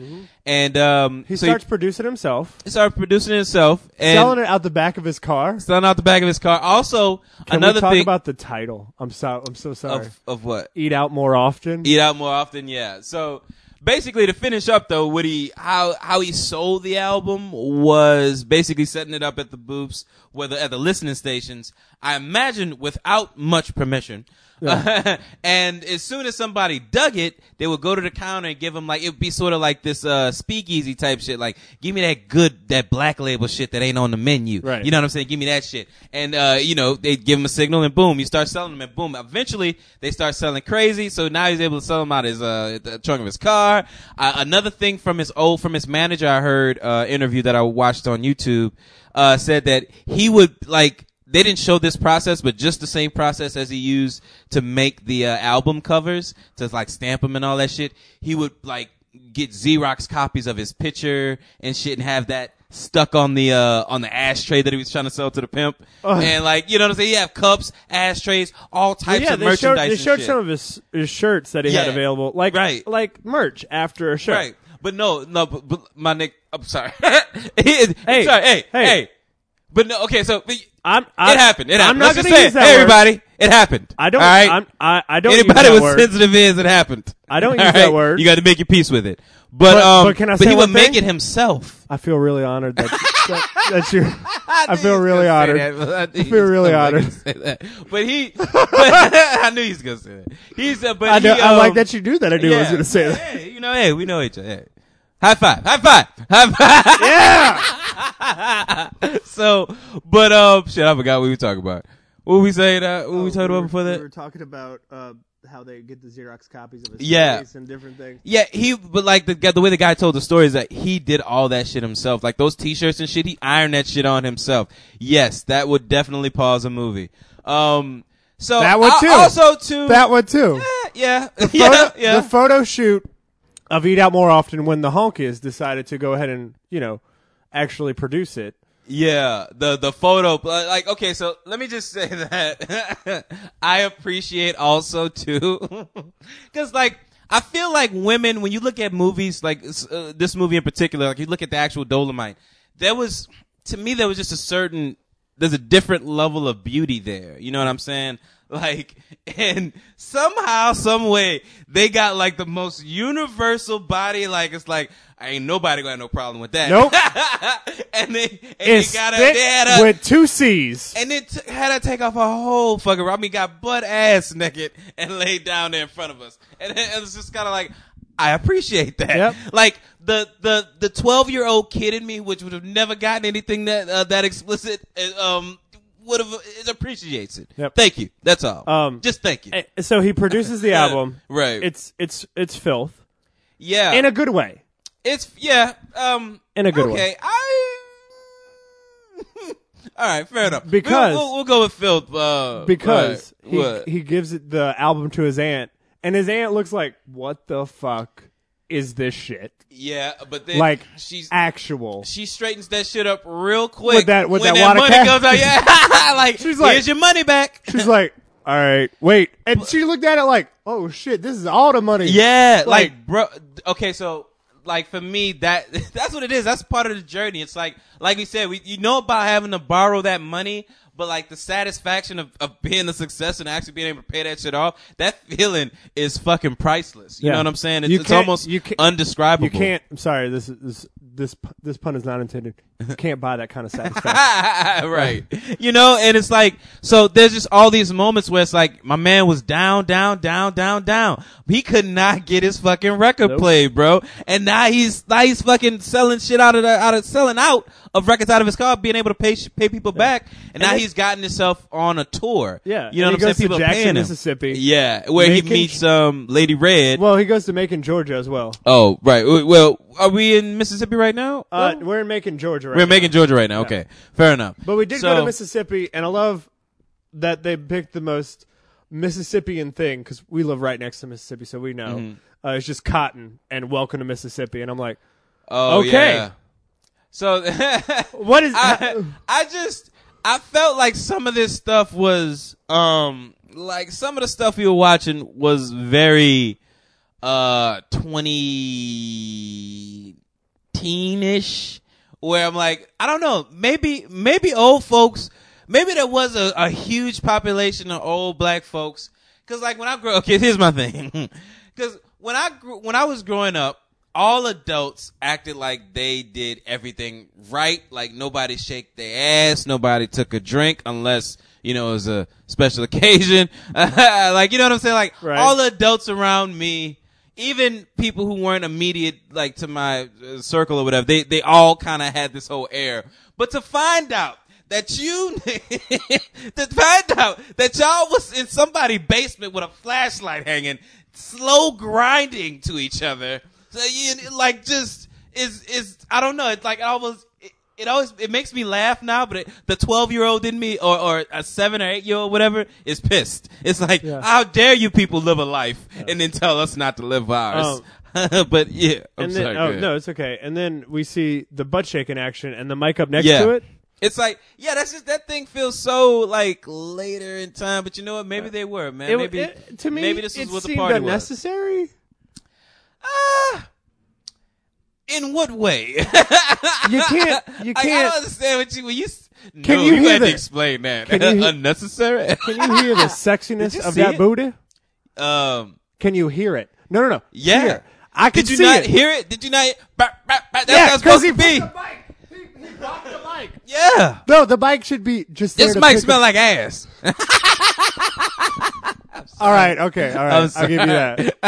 and um, He so Mm-hmm. Starts starts- producing himself. he started producing himself and Selling it out the back of his car. selling out the back of his car. Also, Can another we talk thing about the title? I'm so I'm so sorry. of of what Eat out more often. eat out more often. Yeah. So basically, to finish up though, what he how how he sold the album was basically setting it up at the booths, whether at the listening stations. I imagine without much permission. and as soon as somebody dug it, they would go to the counter and give him like it would be sort of like this uh speakeasy type shit. Like, give me that good that black label shit that ain't on the menu. Right. You know what I'm saying? Give me that shit. And uh, you know, they give him a signal and boom, you start selling them and boom. Eventually they start selling crazy. So now he's able to sell them out his uh the trunk of his car. Uh, another thing from his old from his manager I heard uh interview that I watched on YouTube uh said that he would like they didn't show this process, but just the same process as he used to make the uh, album covers, to like stamp them and all that shit. He would like get Xerox copies of his picture and shit, and have that stuck on the uh, on the ashtray that he was trying to sell to the pimp, and like you know what I'm saying. You have cups, ashtrays, all types yeah, of they showed, merchandise. they and showed shit. some of his, his shirts that he had Yeah. available, like Right. like merch after a show. Right. But no, no, but, but my Nick, I'm sorry. hey, hey, sorry, hey, hey, hey. But no, okay, so but, I'm, I, it happened. It happened. I'm not Let's going to just say use it. that Hey, word. everybody, it happened. I don't. All right? I'm, I, I don't. use Anybody that with word. sensitive ears, it happened. I don't All use that word. You got to make your peace with it. But, But- um, but can I he say would one make thing? it himself. I feel really honored that, that, that you. I feel really honored. I feel really honored. But he, but, I knew he was gonna say that. He's, uh, but I, know, he, I like um, that you knew that. I knew I was going to say that. Hey, you know, hey, we know each other. Hey. High five, high five, high five. Yeah. so, but um, shit, I forgot what we were talking about. What were we saying? Uh, what we talking about before that? Oh, We were talking about uh, how they get the Xerox copies of his Yeah. face and different things. Yeah, he but like the guy- the way the guy told the story is that he did all that shit himself. Like those t-shirts and shit, he ironed that shit on himself. Yes, that would definitely pause a movie. Um, so That one I- too. Also too. That one too. yeah, yeah, Photo- yeah. The photo shoot of Eat Out More Often when the honk is decided to go ahead and, you know, actually produce it. Yeah, the the photo, but, like okay, so let me just say that I appreciate also too, because like I feel like women when you look at movies like uh, this movie in particular, like you look at the actual Dolomite, there was to me there was just a certain there's a different level of beauty there. You know what I'm saying? Like, and somehow, some way, they got like the most universal body. Like, it's like ain't nobody gonna have no problem with that. Nope. and they and It's they got a, thick they had a with two C's. and it t- had to take off a whole fucking. I mean, got butt ass naked and laid down there in front of us, and, it- it was just kind of like, I appreciate that. Yep. Like the the the twelve year old kid in me, which would have never gotten anything that uh, that explicit, uh, um, would have it appreciates it. Yep. Thank you. That's all. Um, just thank you. Eh, So he produces the album. Right. It's it's it's filth yeah. in a good way. It's yeah. Um, In a good okay, way. I. All right, fair enough. We'll- Because- we'll, we'll, go with Phil. Uh, Because all right, he, what? he gives it- the album to his aunt, and his aunt looks like, what the fuck is this shit? yeah, but then Like, she's actual. she straightens that shit up real quick that- with when that wad of money cash. goes out. Yeah, like She's here's like- your money back. She's like, all right, wait. And she looked at it like, oh shit, this is all the money. Yeah, like, Like- bro. Okay, so like for me, that that's what it is. That's part of the journey. It's like like we said, we you know about having to borrow that money, but like the satisfaction of, of being a success and actually being able to pay that shit off, that feeling is fucking priceless. You Yeah. know what I'm saying? It's, You it's can't- almost you can't- undescribable. You can't. I'm sorry. This is this this pu- this pun is not intended. You can't buy that kind of satisfaction. right. You know, and it's like, so there's just all these moments where it's like, my man was down, down, down, down, down. He could not get his fucking record played, bro. And now he's, now he's fucking selling shit out of the, out of, selling out of records out of his car, being able to pay, sh- pay people back. And, now it- he's gotten himself on a tour. Yeah, You know and he what I'm goes saying? to People are Jackson, paying him. Mississippi. Yeah. Where he Making- meets, um, Lady Red. Well, he goes to Macon, Georgia as well. oh, right. Well, are we in Mississippi right now? Uh, we're in Macon, Georgia. Right Oh. We're in now. Macon, Georgia right now. Okay. Fair enough. but we did So- go to Mississippi, and I love that they picked the most Mississippian thing because we live right next to Mississippi, so we know Mm-hmm. uh, it's just cotton and welcome to Mississippi. And I'm like, Oh, Okay. yeah. Ah. So what is? I, I just I felt like some of this stuff was um like some of the stuff we were watching was very uh 20 teenish where I'm like I don't know maybe maybe old folks maybe there was a, a huge population of old black folks cuz like when I grew okay here's my thing cuz when I grew, when I was growing up all adults acted like they did everything right. Like nobody shaked their ass, nobody took a drink unless you know it was a special occasion. like you know what I'm saying? Like Right. all the adults around me, even people who weren't immediate like to my uh, circle or whatever, they they all kind of had this whole air. But to find out that you to find out that y'all was in somebody's basement with a flashlight hanging, slow grinding to each other. So you like just is is I don't know. It's like almost it, it always it makes me laugh now, but it, the twelve year old in me or, or a seven or eight year old whatever is pissed. It's like how dare you people live a life and then tell us not to live ours. but yeah, I'm Um, and then, sorry. oh go ahead. no, it's okay. And then we see the butt shake in action and the mic up next Yeah. to it. It's like yeah, that's just that thing feels so like later in time. But you know what? Maybe they were man. It- maybe it- to me, maybe this is it what the seemed party was. unnecessary. Ah, in what way? You can't. You I, I don't can't. understand what you. When you s- no, Can you hear had to the- explain that. you hear- Unnecessary. can you hear the sexiness you of see that it? booty? um. Can you hear it? No, no, no. Yeah. Here. I can Did you see not it. hear it? Did you not? Bah, bah, bah, that's Yeah, how it's 'cause supposed to he be. Yeah. No, the mic should be just. there This to mic pick smell up- like ass. All right. Okay. All I'm right. I'll sorry. give you that. I'll give you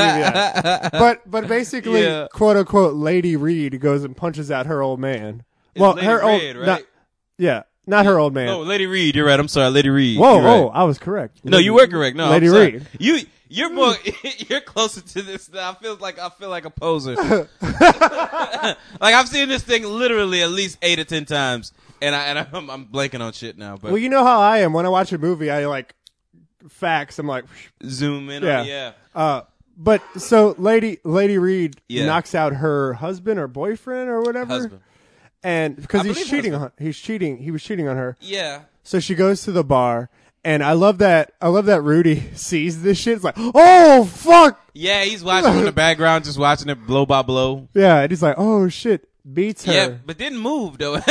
that. But but basically, Yeah. quote unquote, Lady Reed goes and punches out her old man. well, Lady her Reed, old right? not, yeah, not her old man. Oh, Lady Reed, you're right. I'm sorry, Lady Reed. whoa, You're right. whoa! I was correct. No, you were correct. No, Lady I'm sorry. Reed. You you're more you're closer to this. Than I feel like I feel like a poser. like I've seen this thing literally at least eight or ten times, and I and I'm, I'm blanking on shit now. But Well, you know how I am. When I watch a movie, I like facts. I'm like, zoom in. Yeah. on Yeah. uh, but so Lady Lady Reed Yeah. knocks out her husband or boyfriend or whatever, Husband. and I because he's believe cheating on he's cheating he was cheating on her. Yeah. So she goes to the bar, and I love that I love that Rudy sees this shit. It's like, oh fuck, Yeah. He's watching in the background, just watching it blow by blow. yeah, and he's like, oh shit, beats her. Yeah, but didn't move though.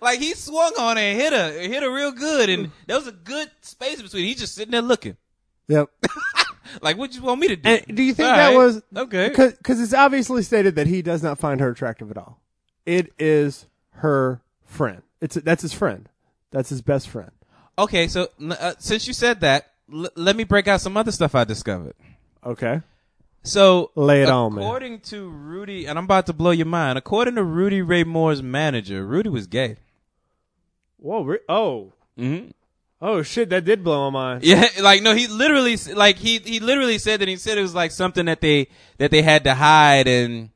Like he swung on her and hit her, hit her real good, Hmm. and there was a good space between. He's just sitting there looking. Yep. Like, what you want me to do? And do you think All that right. was okay? Because it's obviously stated that he does not find her attractive at all. It is her friend. It's that's his friend. That's his best friend. Okay, so n- uh, since you said that, l- let me break out some other stuff I discovered. Okay. So Lay it on me. according to Rudy, and I'm about to blow your mind. According to Rudy Ray Moore's manager, Rudy was gay. Whoa. Re- oh. Mhm. Oh shit! That did blow my mind. Yeah, like no, he literally s- like he he literally said that he said it was like something that they that they had to hide and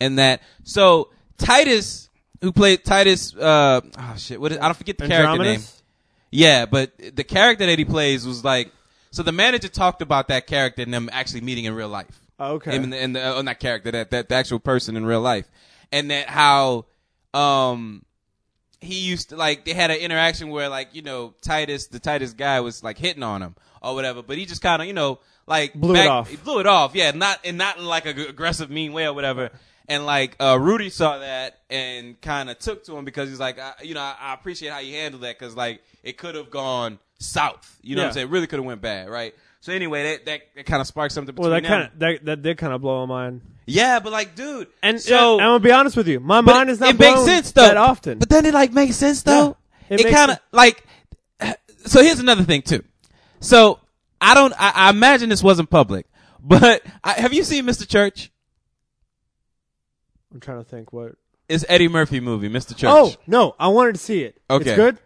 and that so Titus who played Titus uh oh shit what is, I don't forget the character name Andromedas? yeah but the character that he plays was like so the manager talked about that character and them actually meeting in real life Oh, Okay. and, and uh, on that character that that the actual person in real life and that how um he used to like they had an interaction where like you know Titus the Titus guy was like hitting on him or whatever, but he just kind of you know like Blew it off. he blew it off, yeah, not and not in like a g- aggressive mean way or whatever. And like uh, Rudy saw that and kind of took to him because he's like, I, you know, I, I appreciate how you handled that because like it could have gone south, you know what I'm Yeah. saying? It really could have went bad, right? So anyway, that that, that kind of sparked something between Well, that them. kind of that that did kind of blow my mind. yeah, but like, dude, And uh, so so I'm gonna be honest with you, my but mind is not it makes blown sense though that often. But then it like makes sense though. Yeah, it it makes kind of sense. like. So here's another thing too. So I don't. I, I imagine this wasn't public, but I, have you seen Mr. Church? I'm trying to think what. It's Eddie Murphy movie, Mr. Church. Oh no, I wanted to see it. Okay. it's good.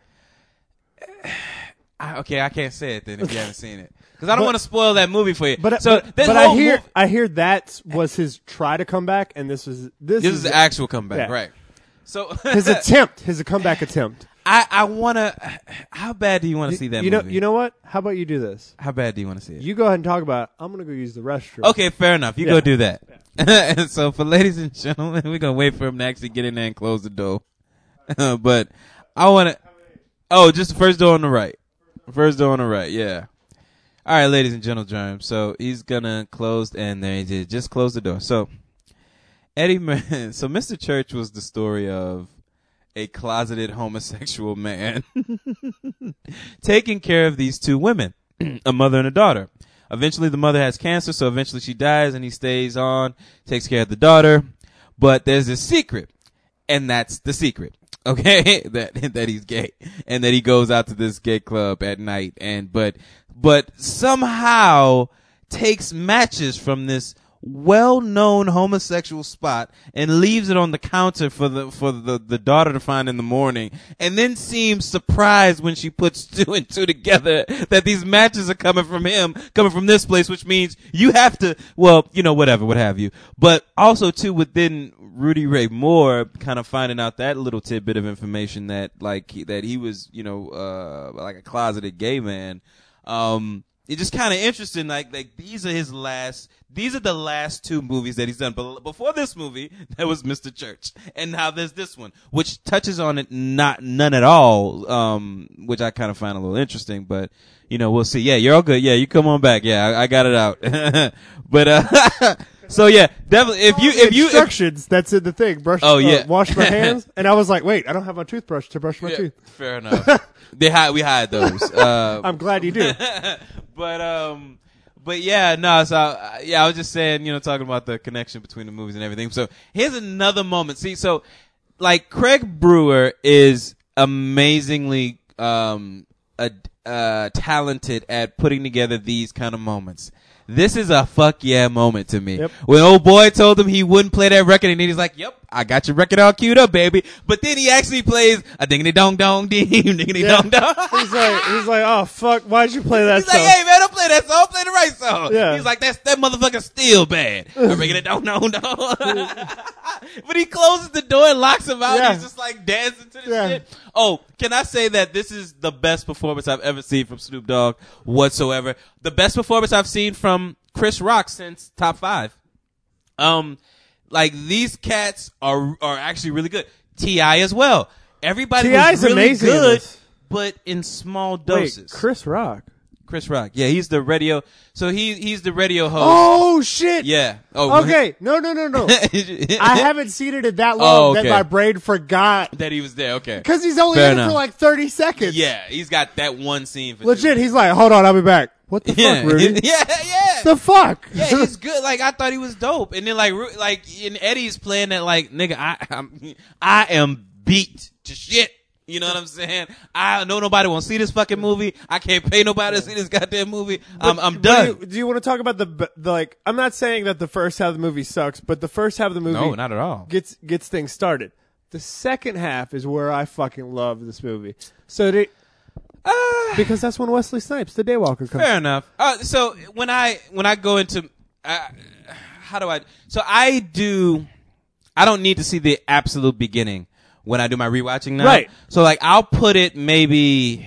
I, okay. I can't say it then if you haven't seen it because I don't want to spoil that movie for you. But so but, this but I whole hear movie- I hear that was his try to come back, and this was this, this is the actual comeback, Yeah. right? So his attempt, his comeback attempt. I I wanna. How bad do you want to see that? you know movie? you know what? How about you do this? How bad do you want to see it? You go ahead and talk about. It. I'm gonna go use the restroom. Okay, fair enough. You go do that. and so, for ladies and gentlemen, we're gonna wait for him to actually get in there and close the door. but I want to. Oh, just the first door on the right. First door on the right. Yeah. All right, ladies and gentlemen. So he's gonna close, and there he did. Just close the door. So Eddie. Mur- so Mr. Church was the story of a closeted homosexual man taking care of these two women, a mother and a daughter. Eventually, the mother has cancer, so eventually she dies, and he stays on, takes care of the daughter. But there's this secret, and that's the secret, okay? that that he's gay, and that he goes out to this gay club at night, and but but somehow takes matches from this well-known homosexual spot and leaves it on the counter for the for the, the daughter to find in the morning and then seems surprised when she puts two and two together that these matches are coming from him coming from this place which means you have to well you know whatever what have you but also too within Rudy Ray Moore kind of finding out that little tidbit of information that like he, that he was you know uh like a closeted gay man um it's just kind of interesting. Like, like these are his last. These are the last two movies that he's done. But before this movie, there was Mr. Church, and now there's this one, which touches on it not none at all. Um, which I kind of find a little interesting, but you know, we'll see. Yeah, you're all good. Yeah, you come on back. Yeah, I, I got it out. but uh, so yeah, definitely. If you if you if, instructions. that's it, the thing. Brush. Oh, uh, yeah. wash my hands. And I was like, wait, I don't have my toothbrush to brush my yeah, teeth. fair enough. they hide we hide those. Uh, I'm glad you do. but um but yeah no so uh, yeah i was just saying you know talking about the connection between the movies and everything so here's another moment see so like craig brewer is amazingly um a, uh talented at putting together these kind of moments this is a fuck yeah moment to me. Yep. When old boy told him he wouldn't play that record, and then he's like, "Yep, I got your record all queued up, baby." But then he actually plays a dingity dong dong ding, dingity dong dong. he's like, he's like, oh fuck, why'd you play that He's song? like, hey man, don't play that song, play the right song. Yeah. He's like, that's that motherfucker still bad. I'm making it don't no no. but he closes the door and locks him out. Yeah. He's just like dancing to the Yeah. shit. Oh, can I say that this is the best performance I've ever seen from Snoop Dogg whatsoever? The best performance I've seen from Chris Rock since Top Five. Um, like these cats are are actually really good. Ti as well. Everybody T.I. was is really amazing in good, this. but in small Wait, doses. Chris Rock. Chris Rock. Yeah, he's the radio. So he he's the radio host. Oh shit. Yeah. Oh. Okay. No, no, no, no. I I haven't seen it in that long Oh, okay. that my brain forgot that he was there. Okay. because he's only Fair in it enough. for like thirty seconds. Yeah, he's got that one scene. For Legit. He's like, hold on, I'll be back. What the yeah. fuck, Rudy? yeah. Yeah. The fuck. yeah, he's good. Like I thought he was dope, and then like Ru- like and Eddie's playing that like nigga, I I'm, I am beat to shit. You know what I'm saying? I know nobody wants to see this fucking movie. I can't pay nobody to see this goddamn movie. I'm I'm But done. Do you, want to talk about the, b- the like? I'm not saying that the first half of the movie sucks, but the first half of the movie No, not at all. gets gets things started. The second half is where I fucking love this movie. So they, Ah. because that's when Wesley Snipes, the Daywalker, comes. Fair enough. Uh, so when I when I go into, uh, how do I? So I do. I don't need to see the absolute beginning when I do my rewatching now. Right. So like I'll put it maybe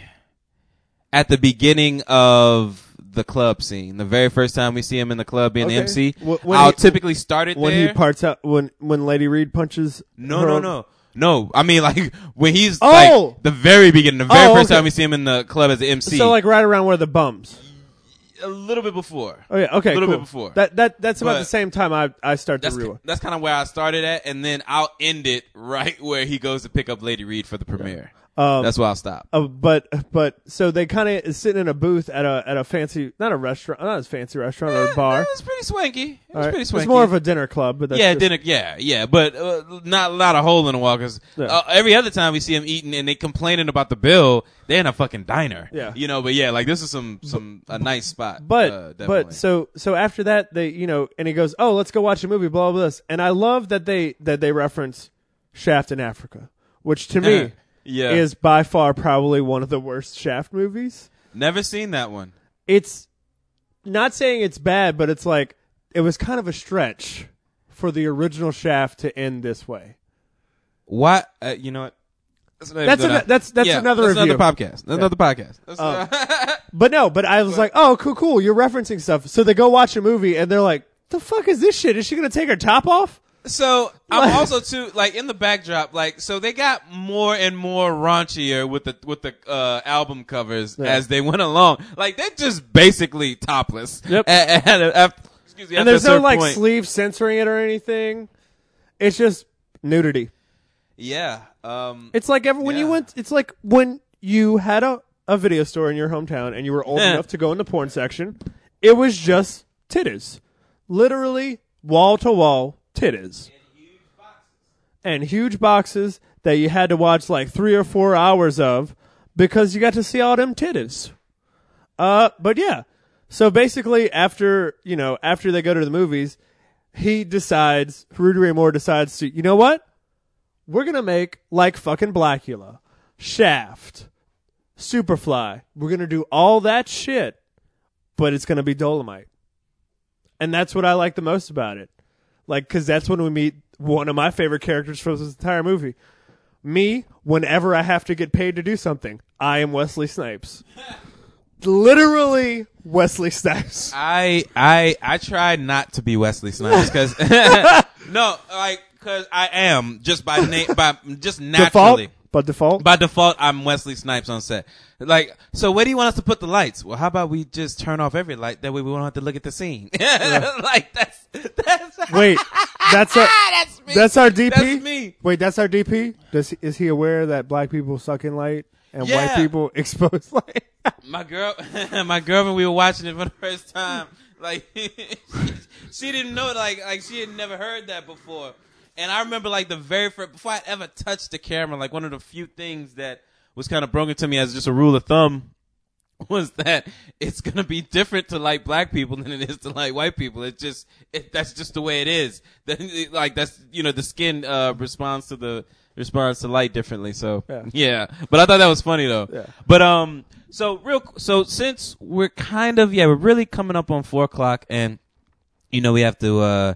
at the beginning of the club scene, the very first time we see him in the club being the Okay. MC. Wh- when I'll he- typically start it When there. he parts out, when when Lady Reed punches. No, her- no, no. No, I mean like when he's Oh! like the very beginning, the very Oh, first okay. time we see him in the club as the MC. So like right around where the bums. a little bit before. Oh yeah, okay, A little cool. bit before. That that that's about But- the same time I I start to That's rewatch. that's kind of where I started at, and then I'll end it right where he goes to pick up Lady Reed for the premiere. Um, that's where I'll stop. Uh, but but so they kind of sitting in a booth at a at a fancy not a restaurant not a fancy restaurant or a bar. It was Uh, pretty swanky. It All was right. Eh, pretty swanky. It's more of a dinner club, but that's yeah, just- dinner. Yeah, yeah, but uh, not a lot of hole in the wall 'cause, Yeah. uh, every other time we see him eating and they complaining about the bill, they're in a fucking diner. Yeah. you know. But yeah, like this is some some a nice spot. But uh, definitely. but so so after that they you know and he goes oh let's go watch a movie blah blah blah and I love that they that they reference Shaft in Africa, which to Uh-huh. me yeah, is by far probably one of the worst Shaft movies. never seen that one. It's not saying it's bad, but it's like it was kind of a stretch for the original Shaft to end this way. Why? Uh, you know what? another That's episode. an- that's- that's Yeah, another that's another review. podcast. That's another podcast. That's But no, but I was like, oh, cool, cool. You're referencing stuff. So they go watch a movie and they're like, the fuck is this shit? Is she gonna take her top off? So I'm also too like in the backdrop, like so they got more and more raunchier with the with the uh, album covers as they went along. Like they're just basically topless. Yep. A- a- at a- af- excuse me. after And a there's no certain like point. sleeve censoring it or anything. It's just nudity. Yeah. Um. It's like ever when you Yeah. went. It's like when you had a a video store in your hometown and you were old Yeah. enough to go in the porn section. It was just titties, literally wall to wall titties, and huge boxes that you had to watch like three or four hours of because you got to see all them titties. Uh, but yeah. So basically, after you know, after they go to the movies, he decides, Rudy Ray Moore decides to, you know what? We're gonna make like fucking Blackula, Shaft, Superfly. We're gonna do all that shit, but it's gonna be Dolomite, and that's what I like the most about it. Like, cause that's when we meet one of my favorite characters from this entire movie. Me, whenever I have to get paid to do something, I am Wesley Snipes. Literally Wesley Snipes. I I I try not to be Wesley Snipes because no, like because I am just by name by just naturally. Default, but default. By default, I'm Wesley Snipes on set. Like, so where do you want us to put the lights? Well, how about we just turn off every light? That way we won't have to look at the scene. like that's that's Wait, that's a, that's me. that's our DP. That's me. Wait, that's our DP. Does he- is he aware that black people suck in light and Yeah. white people expose light? my girl, my girl, when we were watching it for the first time, like she, she didn't know, like like she had never heard that before. And I remember like the very first before I ever touched the camera, like one of the few things that was kind of broken to me as just a rule of thumb was that it's gonna be different to like black people than it is to like white people. It just it, that's just the way it is. That- like that's you know the skin uh, responds to the responds to light differently. So yeah. but I thought that was funny though. But um, so real so since we're kind of yeah we're really coming up on four o'clock and you know we have to uh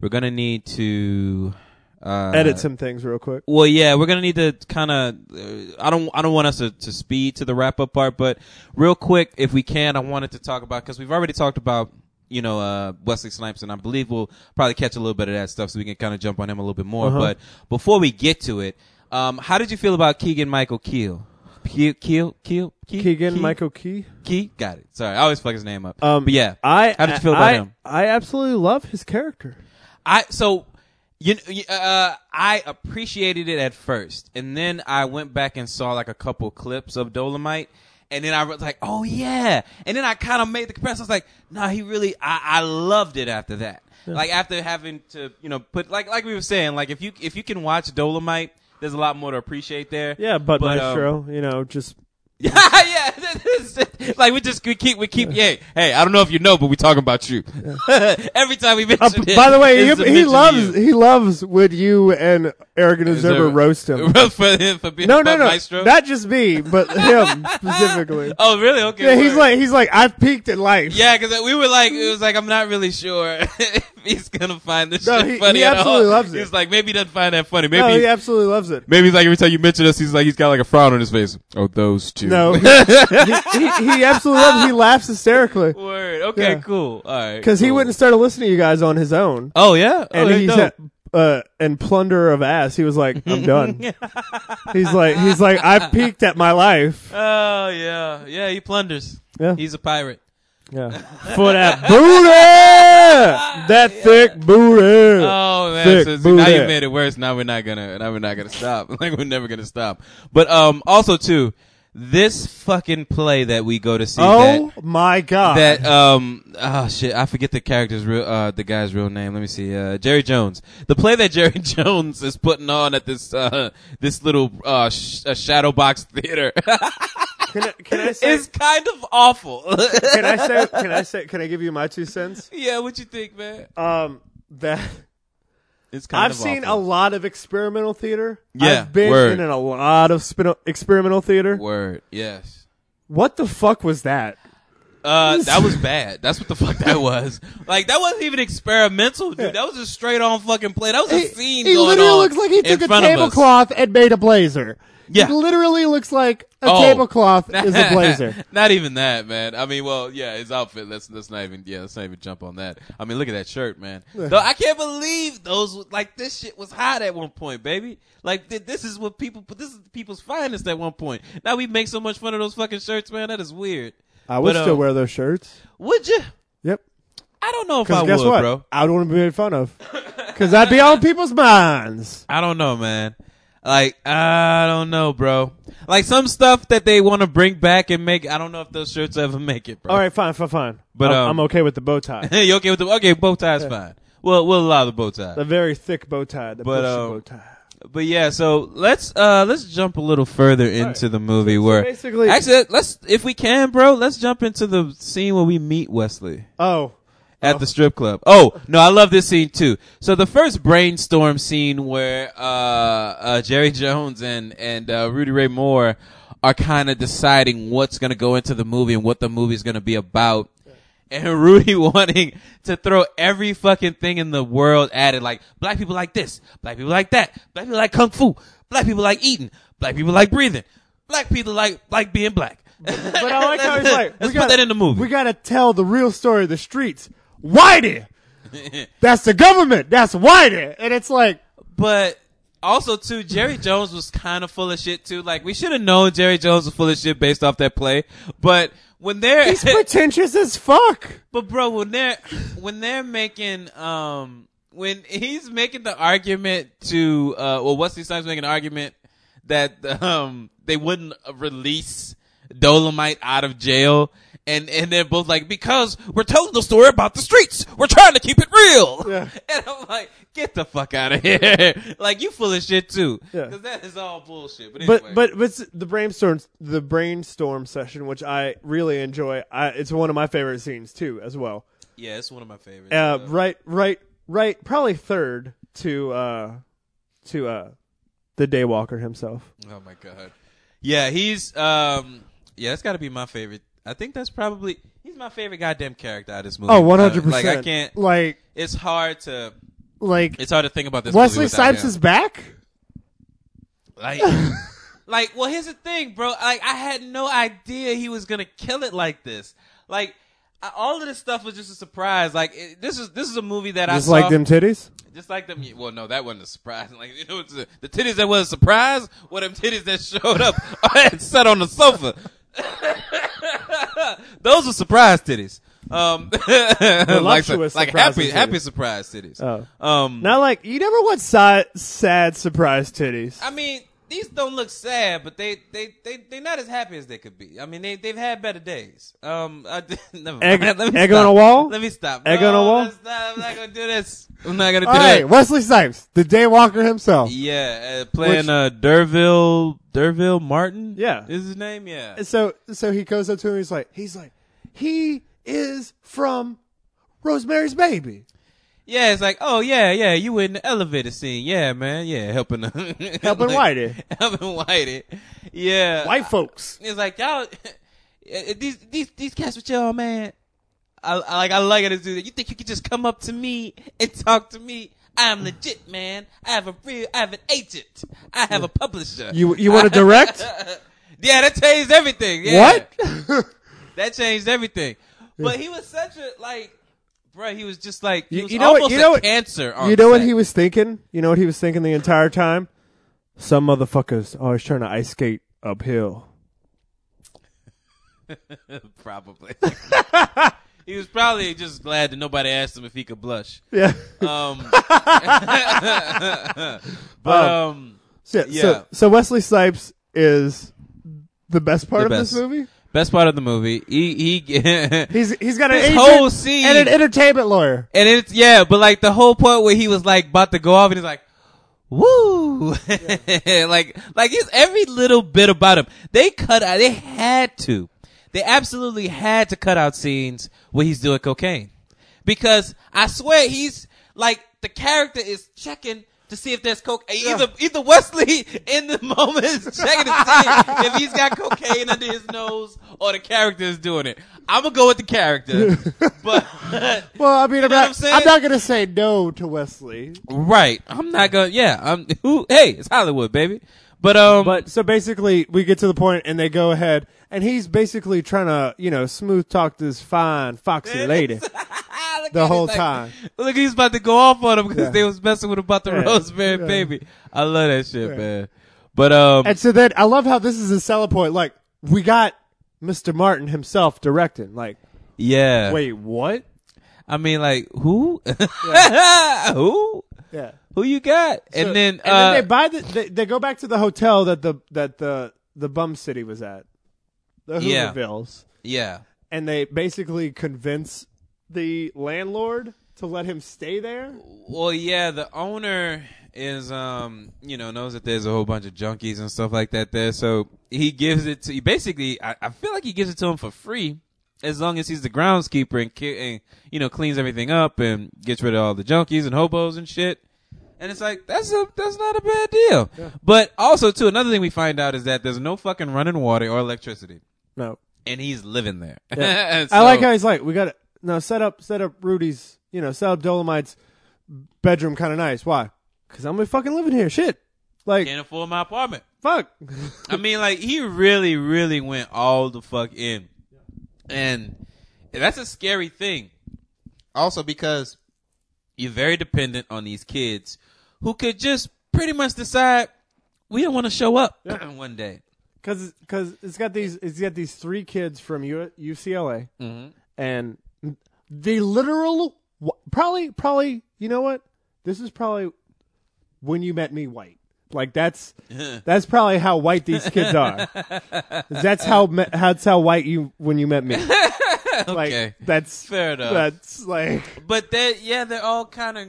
we're gonna need to uh, Edit some things real quick. well, yeah, we're gonna need to kind of. Uh, I don't. I don't want us to, to speed to the wrap up part, but real quick, if we can, I wanted to talk about because we've already talked about you know uh, Wesley Snipes, and I believe we'll probably catch a little bit of that stuff, so we can kind of jump on him a little bit Uh-huh. more. But before we get to it, um, how did you feel about Keegan Michael Keel? Keel, Keel, Keel, Keel Keegan Keel? Michael Key. Key. Got it. Sorry, I always fuck his name up. Um, but yeah, I how did you feel about I- him? I absolutely love his character. I so you kn- uh I appreciated it at first, and then I went back and saw like a couple clips of Dolomite. And then I was like, "Oh yeah!" And then I kind of made the comparison. I was like, "No, he really." I, I loved it after that. Like after having to, you know, put like like we were saying, like if you if you can watch Dolomite, there's a lot more to appreciate there. Yeah, but, But, um, Maestro, you know, just yeah, yeah. like we just we keep we keep. Yeah, hey, I don't know if you know, but we talking about you every time we mention it. Uh, by the way, it's a he, he mention of loves you. he loves when you and Arrogant Observer roast him. for him for being No, no, no, Maestro? not just me, but him specifically. oh, really? Okay. yeah, he's word. like he's like I've peaked at life. Yeah, because we were like, it was like, I'm not really sure if he's gonna find this No, shit he- funny he at absolutely all. loves it. He's like, maybe he doesn't find that funny. Maybe, no, he absolutely loves it. maybe he's like, every time you mention us, he's like, he's got like a frown on his face. Oh, those two. No, he, he, he absolutely loves. He laughs hysterically Word. Okay, Yeah. cool. All right. because he cool. went and started listening to you guys on his own, Oh yeah. and oh, he said, uh, and plunder of ass. He was like, "I'm done." he's like, he's like, I've peaked at my life. Oh yeah. Yeah. He plunders. Yeah. He's a pirate. Yeah, for that booty, that thick booty. Oh man, Thick so, see, now booty. you made it worse. Now we're not gonna. Now we're not gonna stop. Like we're never gonna stop. But um, also too, this fucking play that we go to see oh my god! that that um oh shit I forget the character's real uh the guy's real name. Let me see. Uh, Jerry Jones. The play that Jerry Jones is putting on at this uh this little uh, sh- uh shadow box theater can, I, can I say? is kind of awful. can I say? Can I say? Can I give you my two cents? yeah, what you think, man? Um, that. It's kind I've of seen awful. a lot of experimental theater. Yeah, I've been word. in a lot of spin- experimental theater. word. Yes. What the fuck was that? Uh, that was bad. That's what the fuck that was. Like that wasn't even experimental, dude. That was a straight on fucking play. That was a scene. he going literally on looks like he in took a front of us. tablecloth and made a blazer. Yeah. He literally looks like a Oh. tablecloth is a blazer. not even that, man. I mean, well, yeah, his outfit. Let's let's not even yeah, let's not even jump on that. I mean, look at that shirt, man. Though I can't believe those was- like this shit was hot at one point, baby. Like th- this is what people, but this is people's finest at one point. Now we make so much fun of those fucking shirts, man. That is weird. I would But, uh, still wear those shirts. Would you? Yep. I don't know if I Because guess would, what? bro. I don't want to be made fun of. Because I'd be on people's minds. I don't know, man. Like I don't know, bro. Like some stuff that they want to bring back and make. I don't know if those shirts ever make it, bro. All right, fine, fine, fine. But, I'm, um, I'm okay with the bow tie. Hey, you okay with the okay bow tie's fine. We'll we'll allow the bow tie. the very thick bow tie. The But, bushy um, bow tie. But yeah, so let's uh let's jump a little further into the movie where basically- actually let's if we can, bro, let's jump into the scene where we meet Wesley. Oh. at the strip club. Oh no, I love this scene too. So the first brainstorm scene where uh, uh, Jerry Jones and and uh, Rudy Ray Moore are kind of deciding what's going to go into the movie and what the movie's going to be about. And Rudy wanting to throw every fucking thing in the world at it, like black people like this, black people like that, black people like kung fu, black people like eating, black people like breathing, black people like like being black. But I like how he's like, Let's we put gotta- that in the movie. We gotta tell the real story of the streets. Whitey, that's the government. That's Whitey, and it's like, But also too, Jerry Jones was kind of full of shit too. Like we should have known Jerry Jones was full of shit based off that play. But when they're he's pretentious as fuck. but bro, when they're when they're making um when he's making the argument to uh well Wesley Snipes making an argument that um they wouldn't release Dolomite out of jail. And and they're both like because we're telling the story about the streets. We're trying to keep it real. And I'm like, get the fuck out of here. like you full of shit too. Yeah. Because that is all bullshit. But anyway. But but but s- the brainstorm the brainstorm session, which I really enjoy. I, it's one of my favorite scenes too, as well. yeah, it's one of my favorites. Uh, right right right, probably third to uh to uh the Daywalker himself. Oh my god. Yeah, he's um yeah, that's got to be my favorite. I think that's probably he's my favorite goddamn character out of this movie. Oh, one hundred Uh, percent. Like I can't like it's hard to like it's hard to think about this Wesley movie without Snipes him. is back. like like well, here's the thing, bro. Like I had no idea he was going to kill it like this. Like I, all of this stuff was just a surprise. Like it, this is this is a movie that Mm-hmm. I Just saw like them titties. Just like them. Well, no, that wasn't a surprise. Like you know, it's a, the titties that was a surprise were them titties that showed up and sat on the sofa. Those are surprise titties. Um, like, Voluptuous like surprise happy, titties. happy surprise titties. Oh. Um, Not like you never want sad, sad surprise titties. I mean, these don't look sad, but they they they they not as happy as they could be. I mean, they they've had better days. Um, I, never mind. Egg- Let me egg on stop. a wall? Let me stop. Egg no, on a wall? that's Not, I'm not gonna do this. I'm not gonna do All that. right, Wesley Snipes, the Daywalker himself. Yeah, uh, playing uh, Derville Derville Martin. Yeah. is his name. Yeah, And so so he goes up to him. He's like, he's like, he is from Rosemary's Baby. yeah. It's like, oh yeah, yeah. You in the elevator scene? Yeah, man. Yeah, helping helping Helping eh? Whitey. helping Whitey. Yeah, White folks. It's like y'all, eh, these these these cats with y'all, man. I, I like I like it to do that. You think you could just come up to me and talk to me? I'm legit, man. I have a real, I have an agent. I have a publisher. You you want to direct? yeah, that changed everything. Yeah. What? That changed everything. But he was such a like, bro. He was just like he You- was you know what- almost you know a what- cancer. On you know what set. he was thinking? You know what he was thinking the entire time? Some motherfuckers always trying to ice skate uphill. probably. he was probably just glad that nobody asked him if he could blush. Yeah. Um, but um, So, Yeah. so so Wesley Snipes is the best part The of this best. movie. best part of the movie, he he, and He's he's got an This agent whole scene- and an entertainment lawyer. it's yeah, but like the whole part where he was like about to go off and he's like. Woo! like, like it's every little bit about him. They cut out. They had to. They absolutely had to cut out scenes where he's doing cocaine, because I swear he's like the character is checking to see if there's coke. Either either Wesley in the moment is checking to see if he's got cocaine under his nose, or the character is doing it. I'm gonna go with the character, but Well, I mean, I'm, know what not, I'm saying? I'm not gonna say no to Wesley. Right. I'm not gonna. Yeah. I'm. Who? Hey, it's Hollywood, baby. But um. But so basically, we get to the point, and they go ahead, and he's basically trying to, you know, smooth talk this fine, foxy lady. Ah, Look the at it, whole like- time. Look, he's about to go off on him because Yeah. they was messing with him about the Yeah. Rosemary Yeah. baby. I love that shit, man. But um. And so then I love how this is a selling point. Like we got Mr. Martin himself directing. Like, yeah. wait, what? I mean, like who? who? Yeah. Who you got? and then and uh. then they buy the. They, they go back to the hotel that the that the the bum city was at, the Yeah. Hoovervilles, yeah. and they basically convince the landlord to let him stay there. Well, yeah, the owner is um, you know, knows that there's a whole bunch of junkies and stuff like that there. So he gives it to he basically I, I feel like he gives it to him for free. as long as he's the groundskeeper and, ki- and you know cleans everything up and gets rid of all the junkies and hobos and shit. And it's like that's a that's not a bad deal. But also too, another thing we find out is that there's no fucking running water or electricity, No. and he's living there. And I like so- how he's like, we got to no set up, set up Rudy's, you know, set up Dolomite's bedroom kind of nice. Why? Because I'm gonna fucking living here. Shit, like can't afford my apartment. fuck. I mean, like he really, really went all the fuck in, and that's a scary thing. Also, because you're very dependent on these kids who could just pretty much decide we don't want to show up one day. Because because it's got these it's got these three kids from U- UCLA, Mm-hmm. and the literal probably probably you know what this is probably when you met me white. Like that's that's probably how white these kids are. that's how me- that's how white you when you met me. Okay. Like that's Fair enough. That's like But they, yeah, they're all kind of,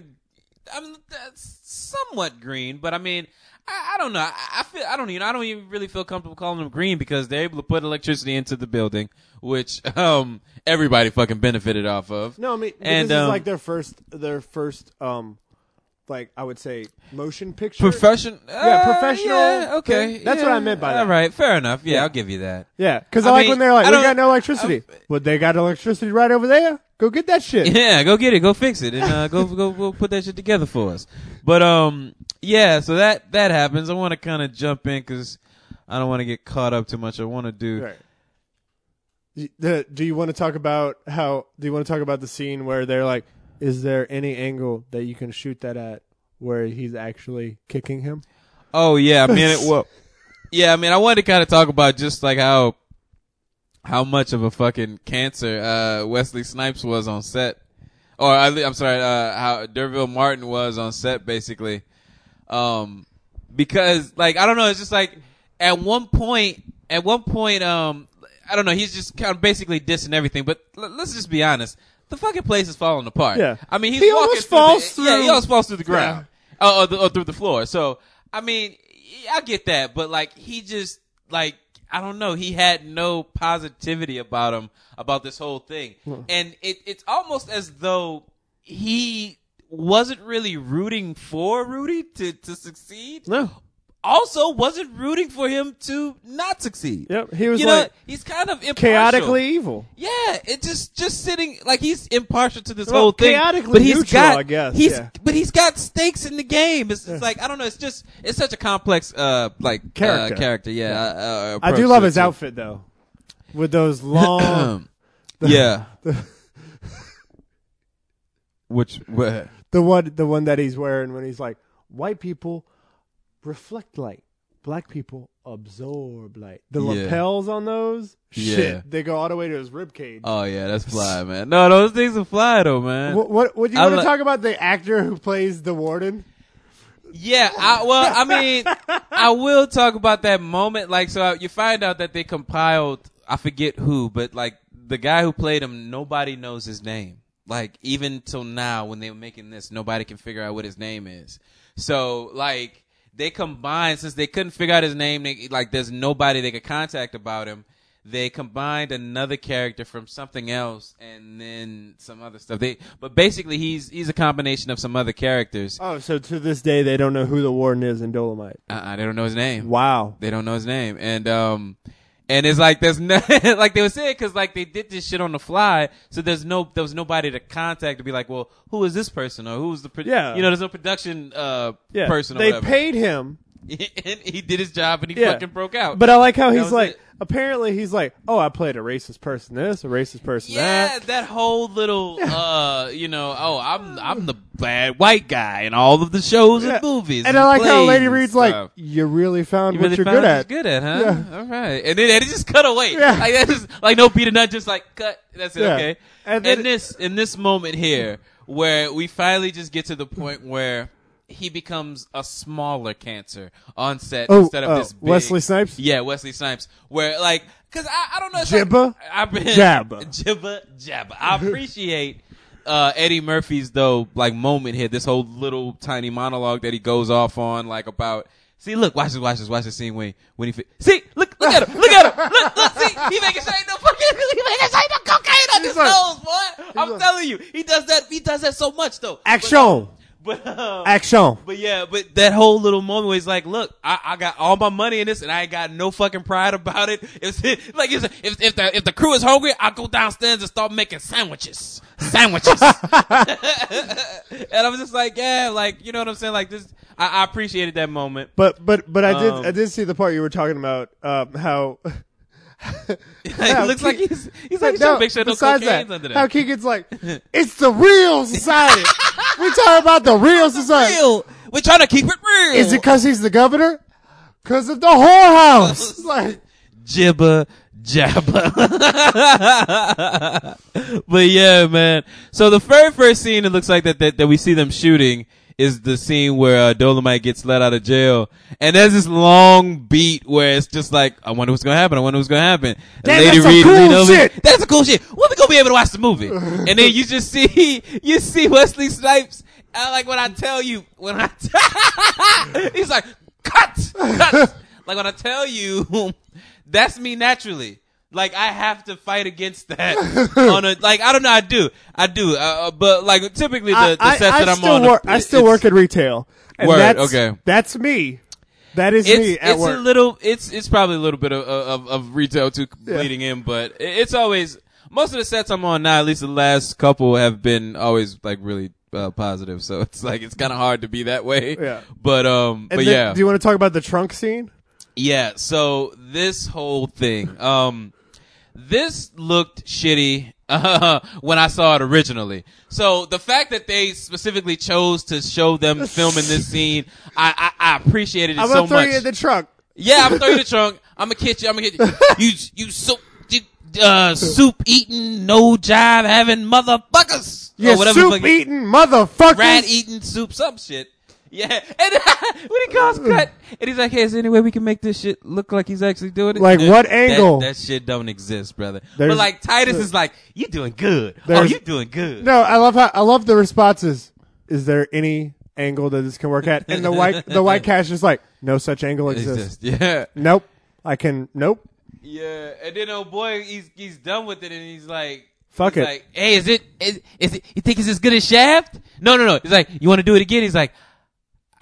I mean, that's somewhat green. But I mean, I, I don't know. I, I feel I don't even I don't even really feel comfortable calling them green because they're able to put electricity into the building, which um everybody fucking benefited off of. no. I mean, And, this um, is like their first their first um like I would say motion picture Profession, Yeah, uh, professional yeah, okay, thing. That's what yeah, I meant by All that. right, fair enough. Yeah, I'll give you that. Yeah, because I I, like mean, when they're like, I "We don't- Uh, got no electricity." well, they got electricity right over there. Go get that shit. Yeah, go get it, go fix it, and uh, go go go put that shit together for us. But um, yeah, so that that happens. I want to kind of jump in because I don't want to get caught up too much. I want to do. Right. Y- the- Do you want to talk about how? Do you want to talk about the scene where they're like, "Is there any angle that you can shoot that at where he's actually kicking him?" Oh yeah, I mean it. Well, yeah, I mean I wanted to kind of talk about just like how how much of a fucking cancer uh, Wesley Snipes was on set, or I, am sorry, uh, how Derville Martin was on set, basically. Um, because like I don't know, it's just like at one point, at one point, um, I don't know, he's just kind of basically dissing everything. But l- let's just be honest, the fucking place is falling apart. Yeah. I mean he's He walking almost through falls the- Yeah, he through- almost falls through the ground uh, or, the, or through the floor. So I mean, I get that, but like he just like I don't know. He had no positivity about him about this whole thing, Hmm. and it it's almost as though he wasn't really rooting for Rudy to to succeed. No. Also, wasn't rooting for him to not succeed. Yep, he was you like- know, he's kind of impartial. Chaotically evil. Yeah, it just just sitting like he's impartial to this Well, whole thing. chaotically but he's neutral, got, I guess, He's yeah. but he's got stakes in the game. It's, it's like I don't know. It's just it's such a complex uh like Character. uh, character. Yeah, Uh, uh, I approach do love to it, his too. outfit though, with those long, Um, yeah. Which what? the one, the one that he's wearing when he's like, "White people reflect light, black people absorb light." The Yeah. lapels on those, Yeah. shit, they go all the way to his rib cage. Oh yeah, that's fly, man. No, those things are fly though, man. What, what would you I want to li- talk about the actor who plays the warden? Yeah, I, well, I mean, I will talk about that moment. Like, so you find out that they compiled, I forget who, but like the guy who played him, nobody knows his name. Like, even till now, when they were making this, nobody can figure out what his name is. So, like, they combined, since they couldn't figure out his name, they, like, there's nobody they could contact about him. They combined another character from something else and then some other stuff. They, but basically, he's he's a combination of some other characters. Oh, so to this day they don't know who the warden is in Dolomite. Uh-uh, they don't know his name. Wow. They don't know his name, and um, and it's like there's no like they were saying because like they did this shit on the fly, so there's no there was nobody to contact to be like, well, who is this person or who's the pro- Yeah. you know there's no production uh Yeah. person. Or they whatever. paid him. and he did his job and he Yeah. fucking broke out. But I like how he's was like it. apparently he's like, "Oh, I played a racist person this, a racist person yeah, that." that whole little uh, you know, oh, I'm I'm the bad white guy in all of the shows Yeah. and movies. And I like how plays Lady and Reed's stuff. like, "You really found You what really you're found good what at." you're good at, huh? All right. And then and it just cut away. Yeah. Like that's just like no beat and nut, just like cut. That's it. Yeah. Okay. And And, then- this in this moment here, where we finally just get to the point where he becomes a smaller cancer on set Oh, instead of oh, this big, Wesley Snipes? Yeah, Wesley Snipes. Where like, cause I, I don't know. it's Jibba like, I, jabba. Jibba jabba. I appreciate uh, Eddie Murphy's though like moment here. This whole little tiny monologue that he goes off on like about. See, look, watch this, watch this, watch this scene when when he fi- see, look, Look at him. Look at him. Look, look see, he making sure ain't no fucking, he making sure ain't no cocaine on his like- nose, boy. I'm telling you, he does that. He does that so much though. Action. But, um, Action. but yeah, but that whole little moment where he's like, "Look, I, I got all my money in this, and I ain't got no fucking pride about it." If like if, if if the if the crew is hungry, I go downstairs and start making sandwiches, sandwiches. and I was just like, "Yeah, like you know what I'm saying? Like this, I, I appreciated that moment." But but but I did Um, I did see the part you were talking about um, how it looks like he's he's like, trying no, to make sure no besides cocaine's that, under there. how Keegan's like it's the real society. we talking about the real society. real. We're trying to keep it real. Is it because he's the governor? Because of the whorehouse. It's like jibber jabber. but yeah, man. So the very first scene it looks like that that, that we see them shooting is the scene where uh, Dolomite gets let out of jail, and there's this long beat where it's just like, I wonder what's gonna happen. I wonder what's gonna happen. And Damn, that's some cool leaned over- shit. That's a cool shit. When we gonna be able to watch the movie? and then you just see you see Wesley Snipes. I like when I tell you when I He's like, cut, cut. like when I tell you, that's me naturally. Like I have to fight against that on a like I don't know I do I do uh, but like typically the, the I, sets I, that I I'm still on work. uh, I still it's- work at retail. And Word, That's, okay. That's me. That is me it's, at it's work. a little it's it's probably a little bit of of, of retail too bleeding in but it- it's always most of the sets I'm on now at least the last couple have been always like really uh, positive so it's like it's kind of hard to be that way Yeah. but um And but then- yeah Do you want to talk about the trunk scene? Yeah, so this whole thing, um, this looked shitty when I saw it originally. So the fact that they specifically chose to show them filming this scene, I, I, I appreciated it I'm so gonna throw much. Oh, you in the trunk. yeah, I'm gonna throw you the trunk. I'm gonna hit you. I'm gonna hit you. You, you soup, you, uh, soup eating, no jive having motherfuckers. Or You whatever the soup fuck- eating motherfuckers. rat eating soup, some shit. Yeah, and when he calls cut, and he's like, "Hey, is there any way we can make this shit look like he's actually doing it?" Like, Dude, what that- angle? That, shit don't exist, brother. There's- uh, but like Titus is like, "You doing good? Oh, There's- you doing good?" No, I love how I love the responses. Is there any angle that this can work at? And the white the white cash is like, no such angle exists. exist. Yeah, Nope. I can nope. yeah. And then oh boy, he's he's done with it, and he's like. Fuck he's it. Like, hey, is it is, is it? You think it's as good as Shaft? No, no, no. He's like, you want to do it again? He's like,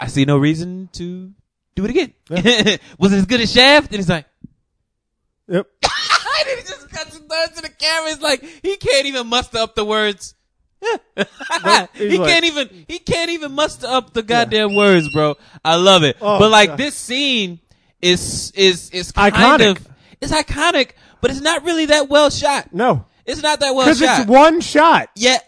I see no reason to do it again. Was it as good as Shaft? And he's like, Yep. And then he just cuts his nose to the camera. It's like he can't even muster up the words. he like- can't even he can't even muster up the goddamn words, bro. I love it. Oh, but like God. this scene is is is kind Iconic. of it's iconic, but it's not really that well shot. No. It's not that well Because shot. it's one shot. yeah.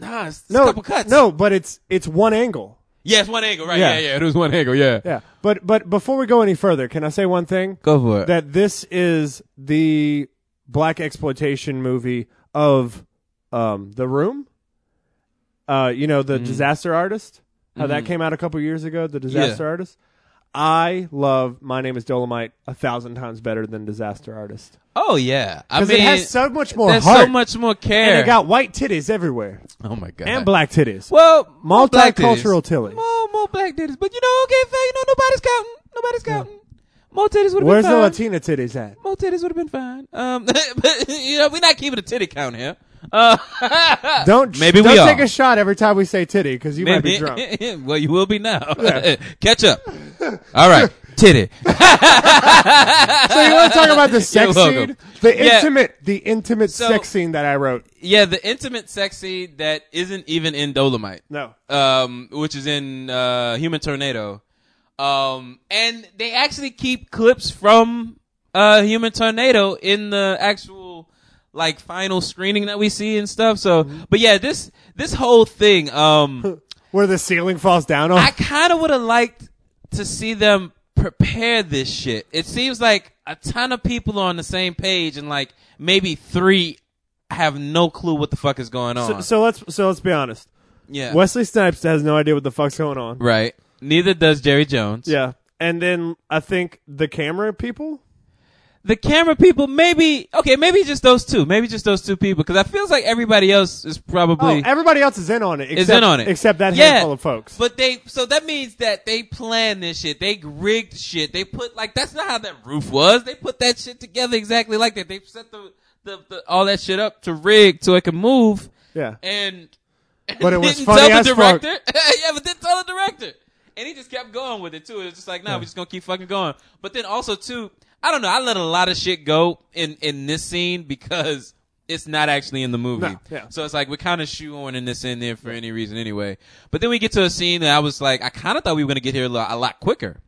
Nah, it's, it's No, a couple cuts. no, but it's it's one angle. Yeah, it's one angle, right? Yeah. Yeah, yeah, it was one angle, yeah. Yeah, but but before we go any further, can I say one thing? Go for it. That this is the black exploitation movie of um, the Room. Uh, you know the Mm-hmm. disaster artist. How that came out a couple years ago. The disaster artist. I love My Name Is Dolomite a thousand times better than Disaster Artist Oh yeah. I because mean it has so much more there's heart. so much more care. and it got white titties everywhere oh my god. and black titties. Well, more black Multicultural titties. titties. More, more black titties. But you know, okay, fair. You know, nobody's counting. Nobody's counting. More titties would have been Where's the fine. Latina titties at? more titties would have been fine. Um, but, you know, we're not keeping a titty count here. Uh, Don't Maybe we don't are. take a shot every time we say titty because you might be drunk. well, you will be now. Catch up. All right, titty. so you want to talk about the sex You're welcome. scene, the Yeah. intimate, the intimate So- sex scene that I wrote. yeah, the intimate, sexy that isn't even in Dolomite. No, um, which is in uh, Human Tornado. Um, and they actually keep clips from uh, Human Tornado in the actual like final screening that we see and stuff. So, Mm-hmm. but yeah, this this whole thing, um, where the ceiling falls down on. I kind of would have liked to see them prepare this shit. It seems like a ton of people are on the same page, and like maybe three have no clue what the fuck is going on. so, so let's so let's be honest. yeah, Wesley Snipes has no idea what the fuck's going on. right. Neither does Jerry Jones. Yeah, and then I think the camera people. the camera people, maybe okay, maybe just those two, maybe just those two people, because I feels like everybody else is Oh, probably everybody else is in on it. Except, is in on it, except that yeah, handful of folks. But they, so that means that they planned this shit. They rigged shit. They put like that's not how that roof was. They put that shit together exactly like that. They set the the, the all that shit up to rig so it can move. yeah, And but it was didn't funny tell as the fuck. director. yeah, but didn't tell the director. And he just kept going with it too. It was just like, nah, we're just gonna keep fucking going. But then also too, I don't know. I let a lot of shit go in in this scene because it's not actually in the movie. No, yeah. So it's like we're kind of shoehorning this in there for any reason anyway. But then we get to a scene that I was like, I kind of thought we were gonna get here a lot, a lot quicker,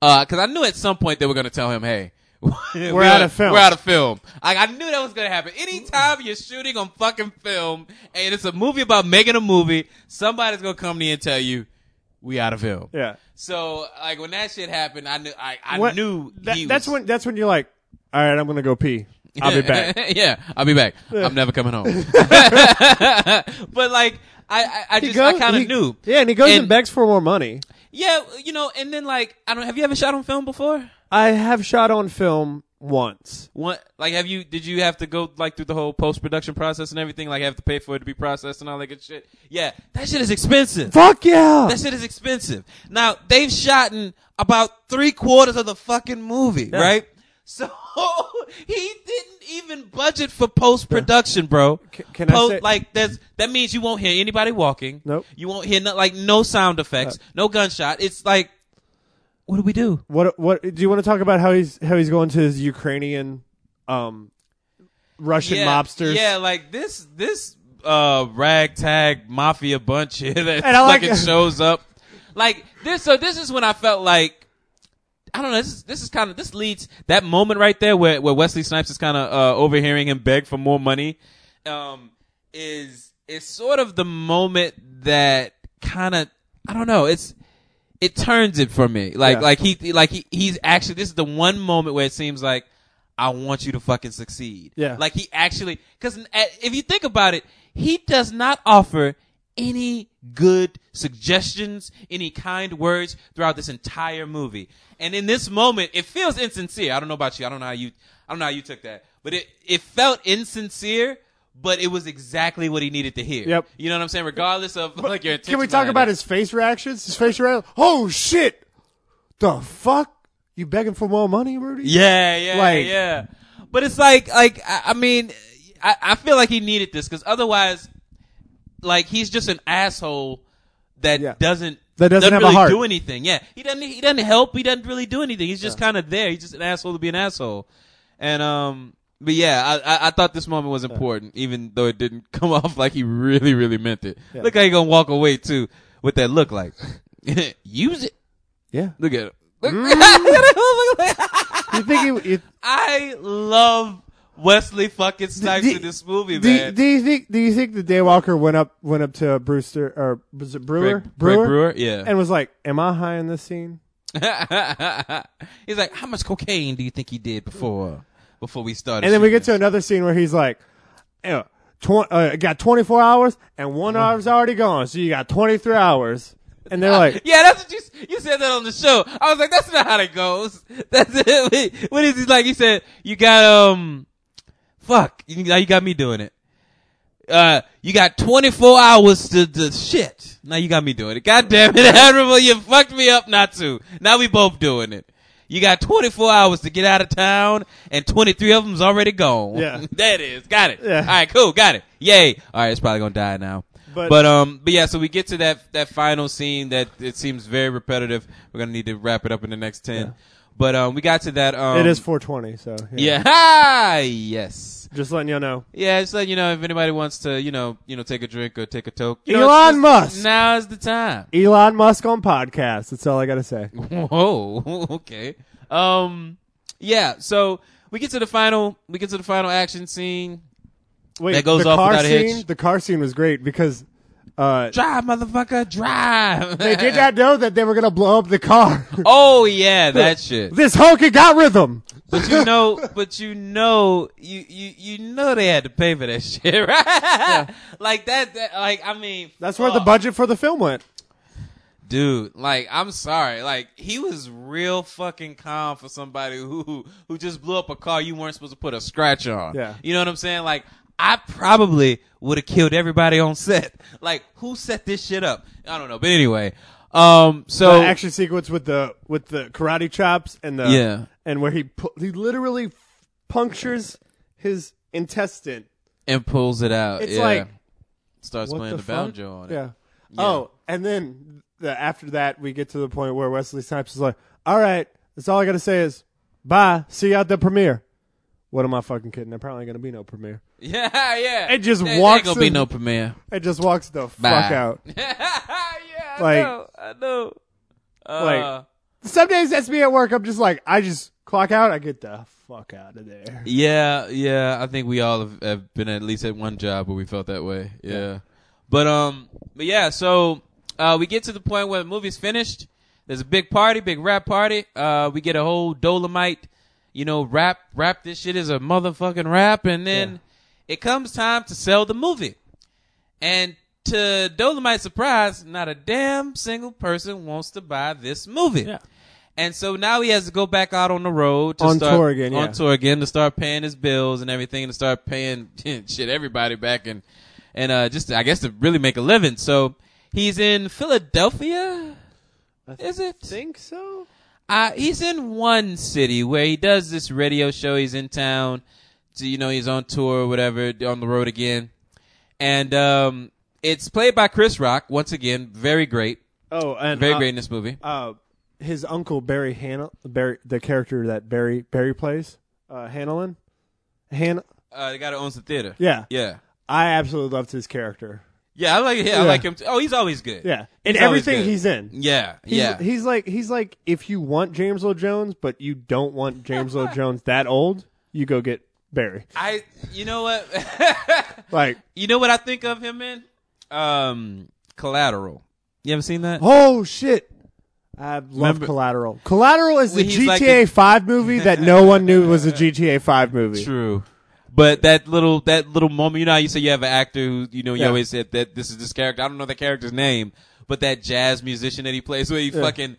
because I knew at some point they were gonna tell him, hey. we're, out of film. We're out of film. Like I knew that was gonna happen. Anytime you're shooting on fucking film and it's a movie about making a movie, somebody's gonna come to you and tell you, "We out of film." Yeah. So like when that shit happened, I knew I, I What- knew that- he that's was- when that's when you're like, all right, I'm gonna go pee. I'll be back. yeah, I'll be back. I'm never coming home. but like I, I, I just I goes- kind he- of knew. Yeah, and he goes and, And- begs for more money. Yeah, you know. And then like I don't. Have you ever shot on film before? I have shot on film once. What like have you did you have to go like through the whole post production process and everything like have to pay for it to be processed and all that good shit? Yeah, that shit is expensive. Fuck yeah! That shit is expensive. Now they've shot in about three quarters of the fucking movie, right? So he didn't even budget for post production, bro. can I Po- say- like there's that means you won't hear anybody walking. Nope. Uh. You won't hear no, like no sound effects, no gunshot. It's like, what do we do? What what do you want to talk about? How he's how he's going to his Ukrainian, um, Russian mobsters. Yeah, like this this uh ragtag mafia bunch here that And I like- fucking shows up. Like this so this is when I felt like I don't know. This is this is kind of this leads that moment right there where where Wesley Snipes is kind of uh, overhearing him beg for more money. Um, is is sort of the moment that kind of I don't know. It's it turns it for me. Like Yeah. like he like he, he's actually this is the one moment where it seems like I want you to fucking succeed. Yeah. Like he actually because if you think about it, he does not offer any good suggestions, any kind words throughout this entire movie. And in this moment, it feels insincere. I don't know about you. I don't know how you. I don't know how you took that, but it it felt insincere. But it was exactly what he needed to hear. Yep. You know what I'm saying? Regardless of like your intention. Can we talk behind about it. his face reactions? His face reactions. Oh shit! The fuck? You begging for more money, Rudy? Yeah, yeah, Like- yeah. But it's like, like I, I mean, I, I feel like he needed this because otherwise, like he's just an asshole that Yeah. doesn't That doesn't have a really heart. do anything. Yeah, he doesn't he doesn't help. He doesn't really do anything. He's just kind of there. He's just an asshole to be an asshole. And um, but yeah, I I, I thought this moment was important, even though it didn't come off like he really really meant it. Look how he gonna walk away too with that look like use it. Yeah. Look at him. Look- Mm. Look at him. You think he? You, I love Wesley fucking Snipes Do- in this movie, do, you- man. do you think? Do you think the Daywalker went up went up to Brewster or was it Brewer Greg- Greg Brewer Brewer? Yeah. and was like, "Am I high in this scene?" He's like, how much cocaine do you think he did before before we started? And then we get shooting to another scene where he's like, "Yeah, tw- uh, got 24 hours and one hour's already gone, so you got 23 hours." And they're this?" like, Yeah, that's what you s- you said that on the show. I was like, that's not how that goes. That's it. What is he like? He said, you got um, fuck, you, now you got me doing it. Uh, you got 24 hours to the shit. Now you got me doing it. God damn it, Admiral, you fucked me up not to. Now we both doing it. You got 24 hours to get out of town, and 23 of them's already gone. Yeah. that is. Got it. Yeah. All right, cool. Got it. Yay. All right, it's probably gonna die now. But- But, but um, but yeah. So we get to that that final scene that it seems very repetitive. We're gonna need to wrap it up in the next ten. But um, we got to that. Um, "It is 420, so Yeah. Ah, yes. Just letting you know. Yeah, just letting you know if anybody wants to, you know, you know, take a drink or take a toke. You know, Elon it's- it's- Musk. Now's the time. Elon Musk on podcast. That's all I gotta say. Whoa. Okay. Um. Yeah. So we get to the final. We get to the final action scene. Wait, That goes the off car without a hitch. scene. The car scene was great because uh, Drive, motherfucker, drive. they did not know that they were gonna blow up the car. Oh yeah, that shit. this honky got rhythm. But you know, but you know, you you you know they had to pay for that shit, right? Like that, that, like I mean, That's where the fuck. budget for the film went. dude like i'm sorry like he was real fucking calm for somebody who who just blew up a car you weren't supposed to put a scratch on Yeah. you know what i'm saying like i probably would have killed everybody on set like who set this shit up i don't know but anyway um so the action sequence with the with the karate chops and the Yeah. and where he pu- he literally punctures his intestine. and pulls it out It's yeah like, starts What playing the, the fuck? banjo on it Yeah. Oh, and then the, after that, we get to the point where Wesley Snipes is like, "All right, that's all I gotta say is bye. See you at the premiere." What am I fucking kidding? There probably ain't gonna be no premiere. yeah yeah It just There- there walks ain't gonna be in- no premiere It just walks the fuck Bye. out. yeah I Like- know, i know Like- Uh, Some days that's me at work. I'm just like, I just clock out. I get the fuck out of there. Yeah, yeah. I think we all have, have been at least at one job where we felt that way. Yeah. But um, but yeah. So uh, we get to the point where the movie's finished. There's a big party, big rap party. Uh, we get a whole Dolomite, you know, rap, rap. This shit is a motherfucking rap, and then it comes time to sell the movie. And to Dolomite's surprise, not a damn single person wants to buy this movie. And so now he has to go back out on the road to On start, tour again, On yeah. tour again to start paying his bills and everything, and to start paying shit everybody back and and uh, just I guess to really make a living. So he's in Philadelphia. Is it? Think so? Uh, he's in one city where he does this radio show. He's in town. So, you know, he's on tour or whatever, on the road again. And um, it's played by Chris Rock, once again. Very great. Oh, and Very uh, great in this movie. uh, his uncle Barry Hanel, Barry, the character that Barry Barry plays, uh, Hanelin, Han. Uh, the guy that owns the theater. Yeah. Yeah. I absolutely loved his character. Yeah, I like yeah, I Yeah. like him. Too. Oh, he's always good. Yeah, in He's always everything good. he's in. Yeah, He's, yeah. he's like he's like if you want James Earl Jones, but you don't want James Earl Jones that old, you go get Barry. I you know what? Like, you know what I think of him in? Um Collateral. You haven't seen that? oh shit. I love Remember- Collateral. Collateral is the Well, he's GTA like the- 5 movie that no one knew was a GTA 5 movie. True. But that little that little moment, you know how you say you have an actor who you know you Yeah. always said that this is this character. I don't know the character's name, but that jazz musician that he plays where he fucking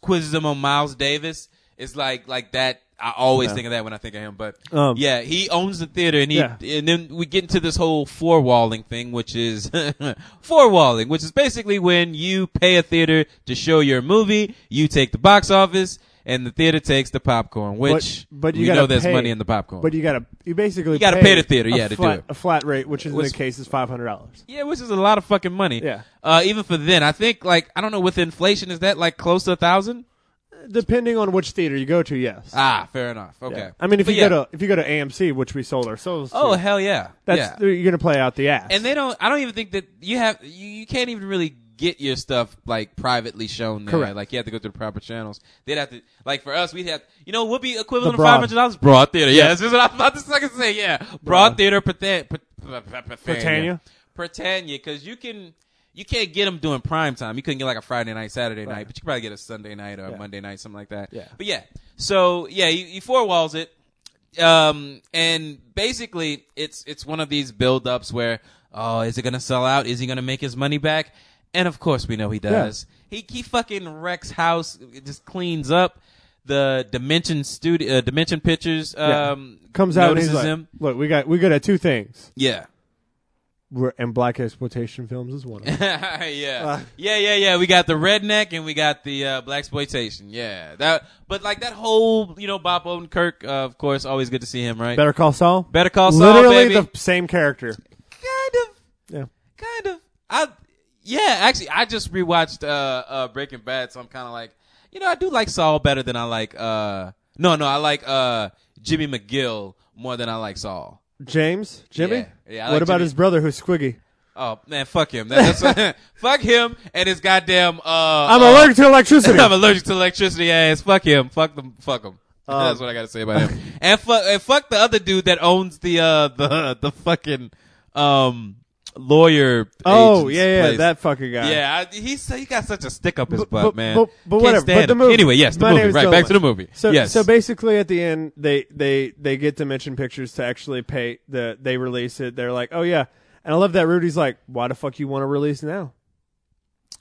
quizzes him on Miles Davis. It's like like that I always think of that when I think of him. But Um, yeah, he owns the theater and he Yeah. and then we get into this whole four walling thing, which is four walling, which is basically when you pay a theater to show your movie, you take the box office and the theater takes the popcorn, which but you we gotta know there's pay- money in the popcorn. But you gotta you basically You gotta pay the theater, yeah, to a do flat, it. a flat rate, which is in Which- the case is five hundred dollars. Yeah, which is a lot of fucking money. Yeah. Uh, even for then, I think like I don't know with inflation is that like close to a thousand? Depending on which theater you go to, yes. Ah, fair enough. Okay. Yeah. I mean, if But you yeah. go to if you go to AMC, which we sold our souls. oh to, hell yeah, that's yeah. you're gonna play out the ass. and they don't. I don't even think that you have. You, you can't even really get your stuff like privately shown there. Correct. Like you have to go through the proper channels. They'd have to like for us, we'd have. You know, we'll be equivalent The to broad. five hundred dollars. Broad theater. Yeah, this is what I'm about to fucking say. Yeah, broad theater. Pretend. Britannia. Britannia? Britannia, because you can you can't get them doing prime time. You couldn't get like a Friday night, Saturday night, but you could probably get a Sunday night or a Monday night, something like that. Yeah. But yeah, so yeah, you, you four walls it, um, and basically it's it's one of these build ups where oh, is it gonna sell out? Is he gonna make his money back? And of course we know he does. He he fucking wrecks house, just cleans up. The Dimension Studio, uh, Dimension Pictures, Yeah. um, comes out and notices he's like, him. "Look, we got we good at two things, Yeah, We're, and black exploitation films is one of them." yeah, yeah, yeah, yeah. We got the redneck and we got the uh, black exploitation. Yeah, that. But like that whole, you know, Bob Odenkirk. Uh, of course, always good to see him, right? Better Call Saul. Better Call Saul, Literally baby. the same character. kind of, Yeah. kind of. I, yeah, actually, I just rewatched uh, uh, Breaking Bad, so I'm kind of like, you know, I do like Saul better than I like. Uh, no, no, I like uh, Jimmy McGill more than I like Saul. James, Jimmy. Yeah. Yeah, I what like about Jimmy. his brother who's Squiggy? Oh man, fuck him. That, that's fuck him and his goddamn. Uh, I'm uh, allergic to electricity. I'm allergic to electricity. Ass. Fuck him. Fuck them. Fuck him. Um, That's what I gotta say about him. and fuck and fuck the other dude that owns the uh the the fucking um lawyer. oh agent's yeah, yeah, place. that fucking guy. Yeah, I, he's he got such a stick up his But- butt, but- man. but- but Can't whatever. stand But the him. movie. Anyway, yes, the My name movie. is Right, back to the Dylan. movie. So, yes. so basically, at the end, they they they get Dimension Pictures to actually pay the they release it. They're like, oh yeah, and I love that Rudy's like, why the fuck you want to release now?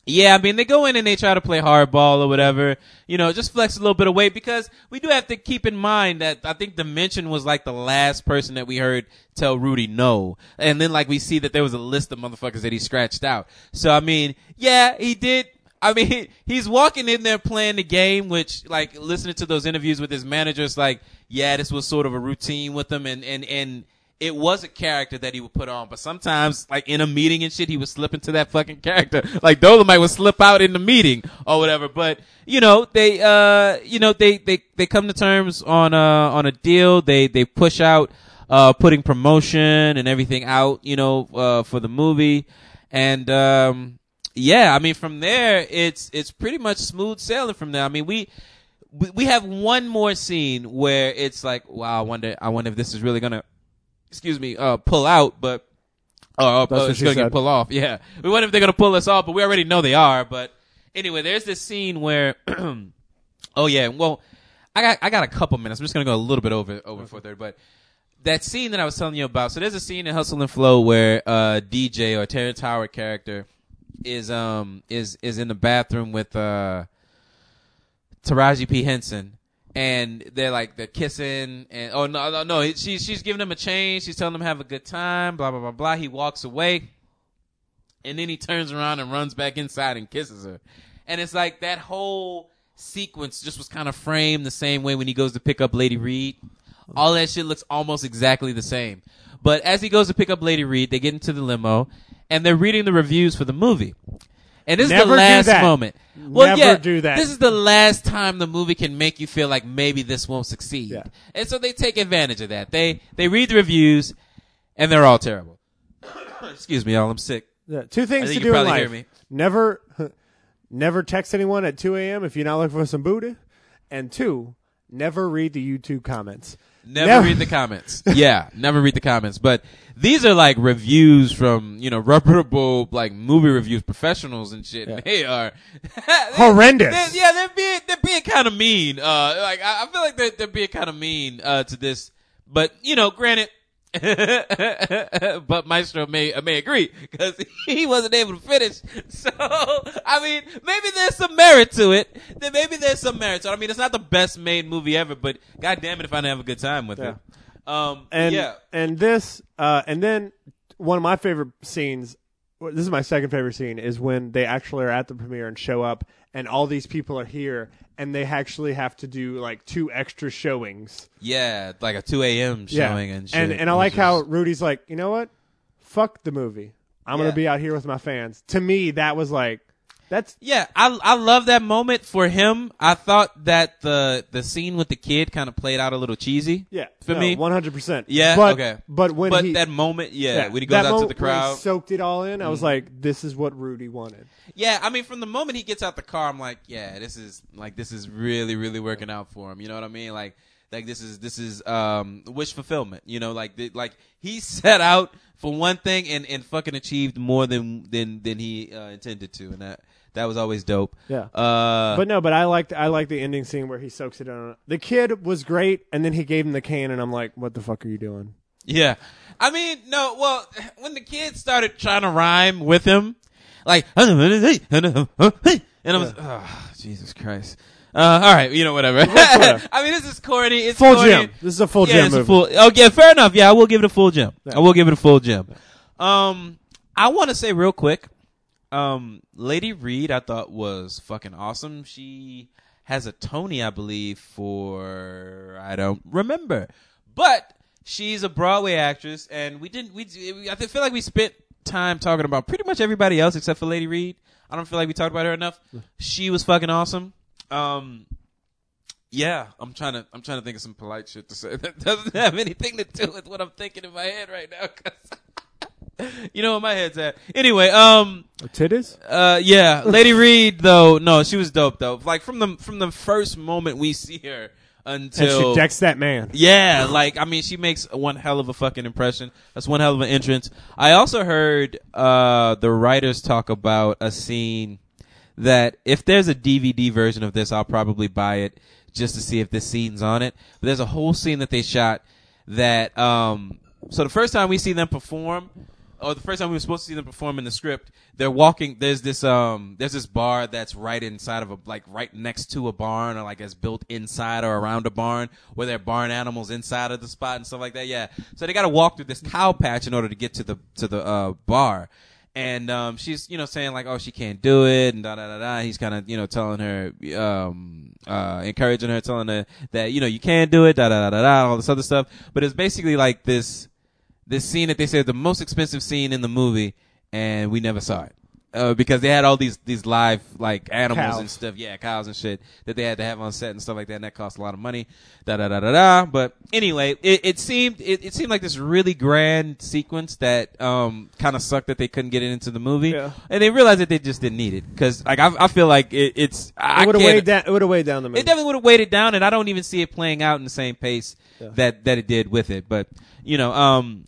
Yeah, I mean, they go in and they try to play hardball or whatever, you know, just flex a little bit of weight because we do have to keep in mind that I think Dimension was like the last person that we heard tell Rudy no. And then like we see that there was a list of motherfuckers that he scratched out. So I mean, yeah, he did. I mean, he's walking in there playing the game, which like listening to those interviews with his managers, like, yeah, this was sort of a routine with him and, and, and, it was a character that he would put on, but sometimes, like in a meeting and shit, he would slip into that fucking character. Like Dolomite would slip out in the meeting or whatever. But you know, they, uh, you know, they they they come to terms on uh on a deal. They they push out uh putting promotion and everything out, you know, uh for the movie, and um yeah, I mean from there it's it's pretty much smooth sailing from there. I mean we we we have one more scene where it's like, wow, I wonder I wonder if this is really gonna excuse me, uh, pull out, but uh, uh, That's what it's she gonna get said. pull off. Yeah, we wonder if they're gonna pull us off, but we already know they are. But anyway, there's this scene where, oh yeah, well, I got I got a couple minutes. I'm just gonna go a little bit over over for there, but that scene that I was telling you about. So there's a scene in Hustle and Flow where uh, DJ or Terrence Howard character is um is is in the bathroom with uh Taraji P Henson, and they're like they're kissing, and oh no no no, she's she's giving him a change, she's telling him to have a good time, blah blah blah blah. He walks away, and then he turns around and runs back inside and kisses her, and it's like that whole sequence just was kind of framed the same way when he goes to pick up Lady Reed. All that shit looks almost exactly the same, but as he goes to pick up Lady Reed, they get into the limo, and they're reading the reviews for the movie. And this is Never the do last that. moment. Well, Never yeah, do that. This is the last time the movie can make you feel like maybe this won't succeed. Yeah. And so they take advantage of that. They they read the reviews, and they're all terrible. Excuse me, y'all. I'm sick. Yeah, two I think things to you do in probably life: hear me. never, never text anyone at two a.m. if you're not looking for some booty, and two, never read the YouTube comments. Never, Never- read the comments. yeah, never read the comments. But these are like reviews from you know reputable like movie reviews professionals and shit. And they are Horrendous. They're- yeah, they're being they're being kind of mean. Uh, like I, I feel like they're they're being kind of mean uh, to this. But you know, granted. but Maestro may may agree because he wasn't able to finish. So I mean, maybe there's some merit to it. Then maybe there's some merit. to it. I mean, it's not the best made movie ever, but god damn it if I didn't have a good time with it. Um, and yeah, and this uh, and then one of my favorite scenes well, this is my second favorite scene is when they actually are at the premiere and show up and all these people are here and they actually have to do like two extra showings yeah, like a two a.m. showing and shit. and and I which like how is- Rudy's like you know what fuck the movie I'm Yeah. gonna be out here with my fans to me that was like that's Yeah, I I love that moment for him. I thought that the the scene with the kid kind of played out a little cheesy. yeah for me. one hundred percent Yeah, but, okay. but when but he that moment, yeah, when he that goes out to moment the when he crowd, Mm-hmm. soaked it all in I was like this is what Rudy wanted yeah. I mean, from the moment he gets out the car, I'm like, yeah, this is like this is really really working out for him. You know what I mean? Like like this is this is um wish fulfillment. You know, like the, like he set out for one thing and and fucking achieved more than than than he uh, intended to, and that that was always dope. Yeah. Uh, But no, but I liked I liked the ending scene where he soaks it in. The kid was great, and then he gave him the can, and I'm like, what the fuck are you doing? Yeah. I mean, no, well, when the kids started trying to rhyme with him, like, and I was, oh, Jesus Christ. Uh, all right, you know, whatever. I mean, this is corny. It's Full corny. gym. This is a full yeah, gym it's movie. A full, oh, yeah, fair enough. Yeah, I will give it a full gym. I will give it a full gym. Um, I want to say real quick, um, Lady Reed, I thought was fucking awesome. She has a Tony, I believe, for I don't remember, but she's a Broadway actress, and we didn't. We I feel like we spent time talking about pretty much everybody else except for Lady Reed. I don't feel like we talked about her enough. She was fucking awesome. Um, yeah, I'm trying to I'm trying to think of some polite shit to say that doesn't have anything to do with what I'm thinking in my head right now. 'cause you know where my head's at. Anyway, um, Titties? uh, yeah, Lady Reed though, no, she was dope though. Like from the from the first moment we see her And until she decks that man. yeah, like I mean, she makes one hell of a fucking impression. That's one hell of an entrance. I also heard uh, the writers talk about a scene that if there's a DVD version of this, I'll probably buy it just to see if this scene's on it. But there's a whole scene that they shot that. Um, so the first time we see them perform, Oh, the first time we were supposed to see them perform in the script, they're walking. There's this um, there's this bar that's right inside of a like right next to a barn, or like that's built inside or around a barn, where there are barn animals inside of the spot and stuff like that. Yeah, so they got to walk through this cow patch in order to get to the to the uh, bar, and um, she's you know saying like, oh, she can't do it, and da da da da. He's kind of you know telling her um, uh, encouraging her, telling her that you know you can do it, da da da da da, all this other stuff. But it's basically like this this scene that they said the most expensive scene in the movie, and we never saw it uh, because they had all these these live like animals and Cows. stuff, yeah, cows and shit that they had to have on set and stuff like that, and that cost a lot of money. Da da da da da. But anyway, it, it seemed it, it seemed like this really grand sequence that um kind of sucked that they couldn't get it into the movie, Yeah. and they realized that they just didn't need it because like I, I feel like it, it's I It would have can't- weighed down. It would have weighed down the movie. it definitely would have weighed it down, and I don't even see it playing out in the same pace that that it did with it. But you know, um,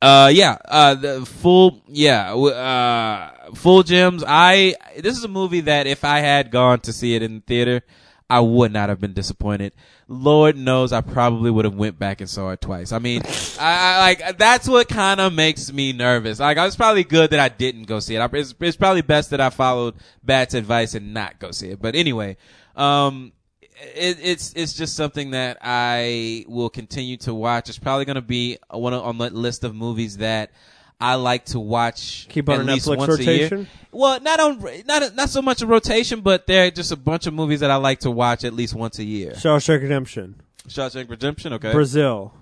uh, yeah, uh, the full, yeah, w- uh, full gems. I this is a movie that if I had gone to see it in the theater, I would not have been disappointed. Lord knows, I probably would have went back and saw it twice. I mean, I, I like that's what kind of makes me nervous. Like, it's probably good that I didn't go see it. I, it's, it's probably best that I followed Bat's advice and not go see it. But anyway, um, it, it's it's just something that I will continue to watch. It's probably going to be one of- on the list of movies that I like to watch. Keep on at a least Netflix once a year. rotation? Well, not on not not so much a rotation, but they're just a bunch of movies that I like to watch at least once a year. Shawshank Redemption, Shawshank Redemption, okay, Brazil,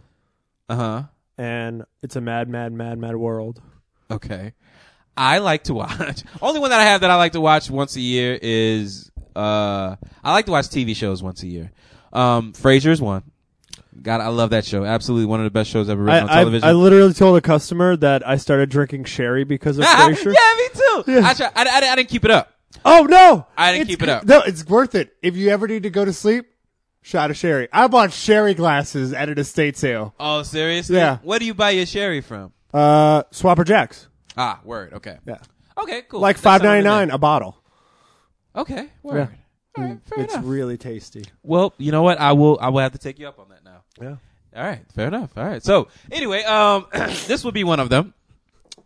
uh huh, and it's a mad, mad, mad, mad world. okay. I like to watch. Only one that I have that I like to watch once a year is uh I like to watch TV shows once a year. Um, Frasier is one. God, I love that show. Absolutely one of the best shows ever written on I, television. I, I literally told a customer that I started drinking sherry because of Frasier. yeah, me too. I, try, I, I, I didn't keep it up. Oh no! I didn't It's keep it g- up. No, it's worth it. If you ever need to go to sleep, shot of sherry. I bought sherry glasses at an estate sale. Oh, seriously? Yeah. Where do you buy your sherry from? Uh, Swapper Jacks. Ah, word. Okay. Yeah, Okay, cool. like That's how five I'm in ninety nine a bottle. there. Okay, word. All right, fair It's enough. really tasty. well, you know what? I will. I will have to take you up on that now. Yeah. All right, fair enough. All right. So anyway, um, this would be one of them.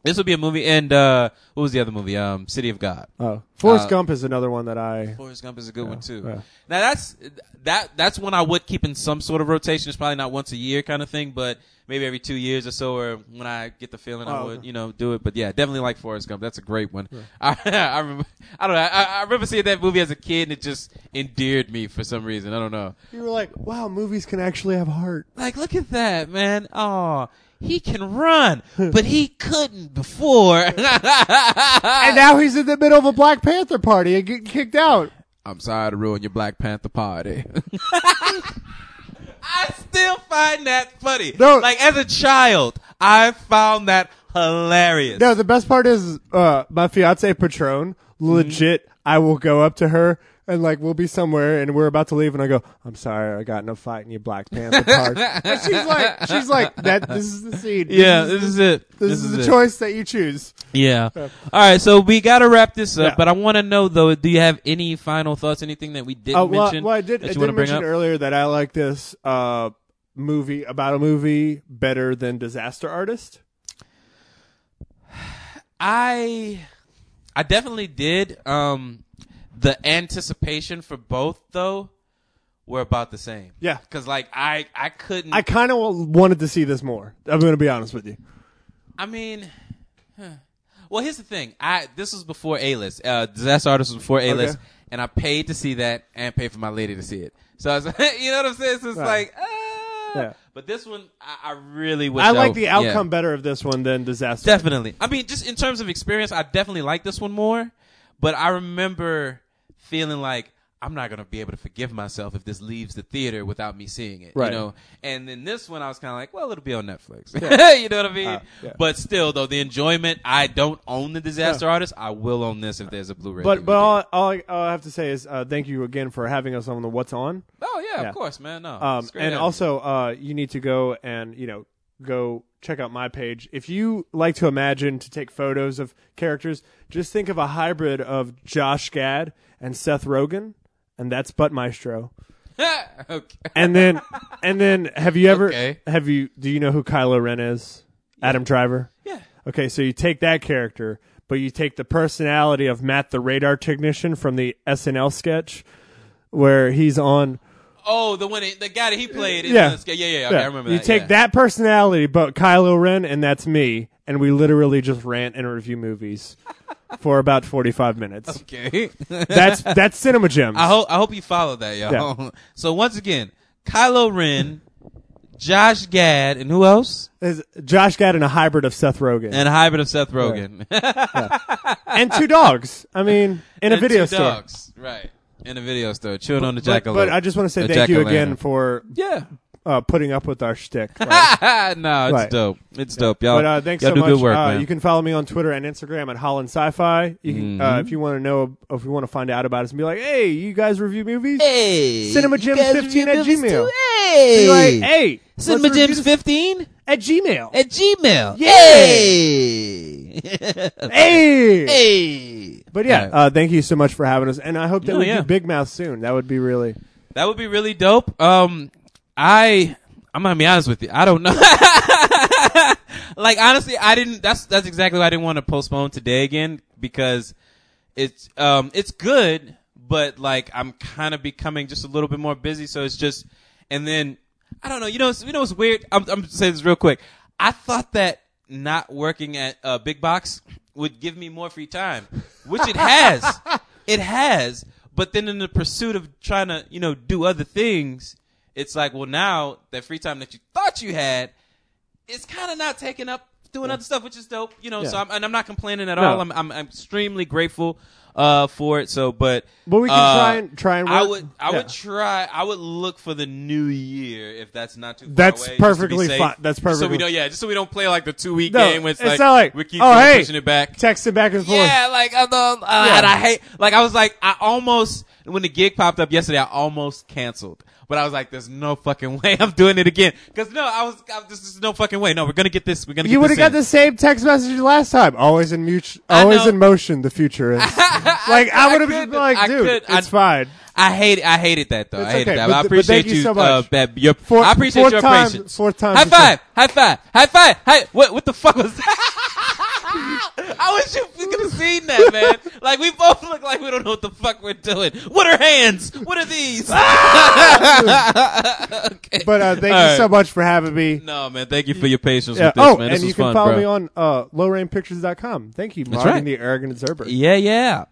This would be a movie, and uh, what was the other movie? Um, City of God. Oh, Forrest Uh, Gump is another one that I. Forrest Gump is a good one too. yeah. Now that's that that's one I would keep in some sort of rotation. It's probably not once a year kind of thing, but maybe every two years or so, or when I get the feeling, I Oh, would okay. you know do it. But yeah, definitely like Forrest Gump. That's a great one. I, I remember I don't know. I, I remember seeing that movie as a kid, and it just endeared me for some reason. I don't know. You were like, wow, movies can actually have heart. Like look at that man. Oh. He can run, but he couldn't before. Ah. And now he's in the middle of a Black Panther party and getting kicked out. I'm sorry to ruin your Black Panther party. I still find that funny. No. Like as a child, I found that hilarious. No, the best part is uh, my fiance Patron. Legit, I will go up to her and like we'll be somewhere and we're about to leave, and I go, "I'm sorry, I got in a fight in your Black Panther part." and she's like, "She's like that. This is the scene. This yeah, is this is it. This, is, the choice that you choose. Yeah. All right, so we got to wrap this up, Yeah. but I want to know though, do you have any final thoughts, anything that we didn't Uh, well, mention? well, I did. that I you did wanna mention bring up? earlier. Earlier that I like this uh, movie about a movie better than Disaster Artist. I I definitely did. Um the anticipation for both though were about the same. Yeah. Cuz like I I couldn't I kind of wanted to see this more. I'm going to be honest with you. I mean, huh. well, here's the thing. I this was before A List. Uh, Disaster Artist was before A List, Okay. and I paid to see that and paid for my lady to see it. So I was, you know what I'm saying? So it's like, ah. Yeah. but this one I, I really wish. I like would- the yeah. outcome better of this one than Disaster. Definitely. I mean, just in terms of experience, I definitely like this one more. But I remember feeling like I'm not gonna be able to forgive myself if this leaves the theater without me seeing it. Right. You know. And then this one, I was kind of like, well, it'll be on Netflix. you know what I mean? Uh, But still, though, the enjoyment. I don't own the Disaster Artist. I will own this if there's a Blu-ray. But but DVD. all, all, I, all I have to say is uh, thank you again for having us on the What's On. oh yeah, yeah. of course, man. No. Um, it's great and having also, uh, you need to go and you know go check out my page if you like to imagine to take photos of characters. Just think of a hybrid of Josh Gad and Seth Rogen, and that's Butt Maestro. you. okay. And then and then have you ever Okay. have you do you know who Kylo Ren is? Adam Driver. Yeah. Okay, so you take that character, but you take the personality of Matt the radar technician from the SNL sketch where he's on Oh, the one the guy that he played. In Yeah. yeah. yeah, yeah, yeah. Okay, I remember You that. take yeah. that personality, but Kylo Ren, and that's me, and we literally just rant and review movies for about forty-five minutes. Okay. That's that's cinema gems. I hope I hope you follow that, y'all. so once again, Kylo Ren, Josh Gad, and who else? Is Josh Gad and a hybrid of Seth Rogen And a hybrid of Seth Rogen and two dogs. I mean, in a And video two store. dogs. Right. In a video store, chewing on the But, jackalope. but I just want to say A thank you jack-o'-lantern. again for yeah. uh, putting up with our shtick. Like, no, it's Right. dope. It's dope, y'all. but uh, thanks y'all so do much. good work, uh, man. You can follow me on Twitter and Instagram at Holland Sci-Fi. You can, uh, Mm-hmm. if you want to know, if you want to find out about us, and be like, "Hey, you guys review movies? hey, Cinema you Gems guys 15 review at movies Gmail. too? Hey, Be like, hey, let's Cinema review Gems this- fifteen at Gmail. at Gmail. Hey, hey. hey. But yeah, Alright. uh, thank you so much for having us, and I hope that No, we yeah. do Big Mouth soon. That would be really. That would be really dope. Um, I I'm gonna be honest with you. I don't know. like honestly, I didn't. That's that's exactly why I didn't want to postpone today again because it's um it's good, but like I'm kind of becoming just a little bit more busy. So it's just and then I don't know. You know, it's- you know what's weird? I'm I'm just saying this real quick. I thought that not working at uh, Big Box would give me more free time, which it has. it has. But then in the pursuit of trying to you know do other things, it's like well now that free time that you thought you had it's kind of not taking up doing other stuff, which is dope, you know. So I'm, and I'm not complaining at all. I'm, I'm I'm extremely grateful uh for it. So, but But we can uh, try and- try and I work- would I yeah. would try. I would look for the new year if that's not too. Far That's away, just to be perfectly safe. fine. That's So perfectly- we don't. Yeah, just so we don't play like the two week No, game. Where it's, it's like, not like, we keep oh, hey, pushing it back. Texting back and forth. Yeah, like I thought, uh, and I hate. Like I was like, I almost when the gig popped up yesterday, I almost canceled. But I was like, there's no fucking way I'm doing it again. Cause no, I was, I, this is no fucking way. No, we're gonna get this. We're gonna. You would would have got the same text message last time. Always in mutu- I always know. in motion. The future is like I, I would have just could- been like, I dude, could- I- it's fine. I hate. I hated that though. It's I hated okay, that. but But I th- but appreciate thank you you so Uh, much. that your, Fourth- I appreciate fourth your time- patience. fourth time High before- five. High five. High five. High. What? What the fuck was that? I wish you could have seen that, man. Like we both look like we don't know what the fuck we're doing. What are hands? What are these? okay. But uh, thank All you so right. much for having me. No, man. Thank you for your patience Yeah. with this, Oh, man. This and you was can fun, follow bro. me on uh, lowrainpictures.com. Thank you, Martin right. the Arrogant Observer. Yeah, yeah.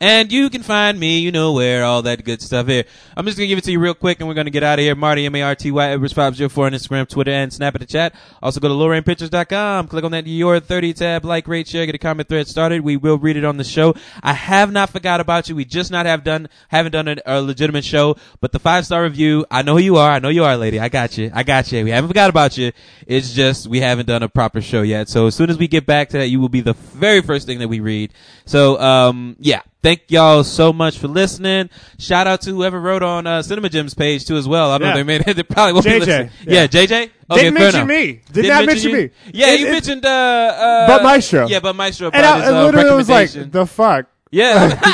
And you can find me, you know where, all that good stuff here. I'm just gonna give it to you real quick and we're gonna get out of here. Marty, M-A-R-T-Y, Edwards 504 on Instagram, Twitter, and Snap at the chat. Also go to LorenPictures.com, click on that Your 30 tab, like, rate, share, get a comment thread started. We will read it on the show. I have not forgot about you. We just not have done, haven't done a, a legitimate show, but the five star review, I know who you are. I know you are, lady. I got you. I got you. We haven't forgot about you. It's just we haven't done a proper show yet. So as soon as we get back to that, you will be the very first thing that we read. So um, yeah, thank y'all so much for listening. Shout out to whoever wrote on uh, Cinema Gems page too as well. I don't know if Yeah. they made it. They probably won't JJ, be listening. yeah. Yeah, JJ. Okay, Didn't fair mention enough. me. Did Didn't not mention mention you? me. Yeah, It- you it- mentioned uh, uh, But Maestro. Yeah, but Maestro. And about I, his, I uh, literally was like, recommendation. the fuck? yeah.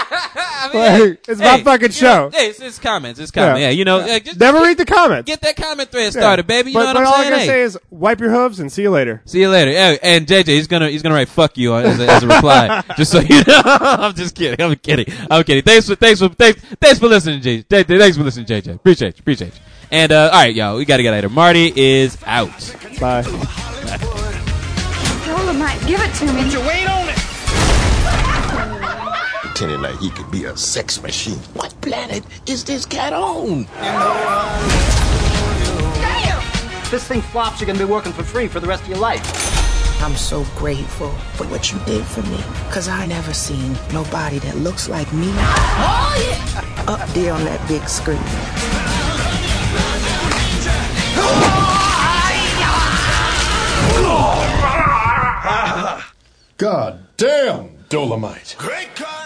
I mean, hey, Like, it's my hey, fucking you know, show. Hey, it's, it's comments. It's comments. Yeah, Yeah. you know, like, just, Never read the comments. get that comment thread Yeah. started, baby. You but know what but I'm all saying? I gotta Hey, say is wipe your hooves and see you later. see you later. Hey, and JJ, he's gonna he's gonna write "fuck you" uh, as a, as a reply, just so you know. I'm just kidding. I'm kidding. I'm kidding. Thanks for thanks for thanks thanks for listening, JJ. Th- th- Thanks for listening, JJ. Appreciate you. Appreciate you. And uh, all right, y'all, we gotta get out of here. Marty is out. Bye. Dolomite, give it to me. Pretending like he could be a sex machine. What planet is this cat on? This thing flops, you're gonna be working for free for the rest of your life. I'm so grateful for what you did for me. Cause I never seen nobody that looks like me. Up there on that big screen. God damn, Dolomite. Great car!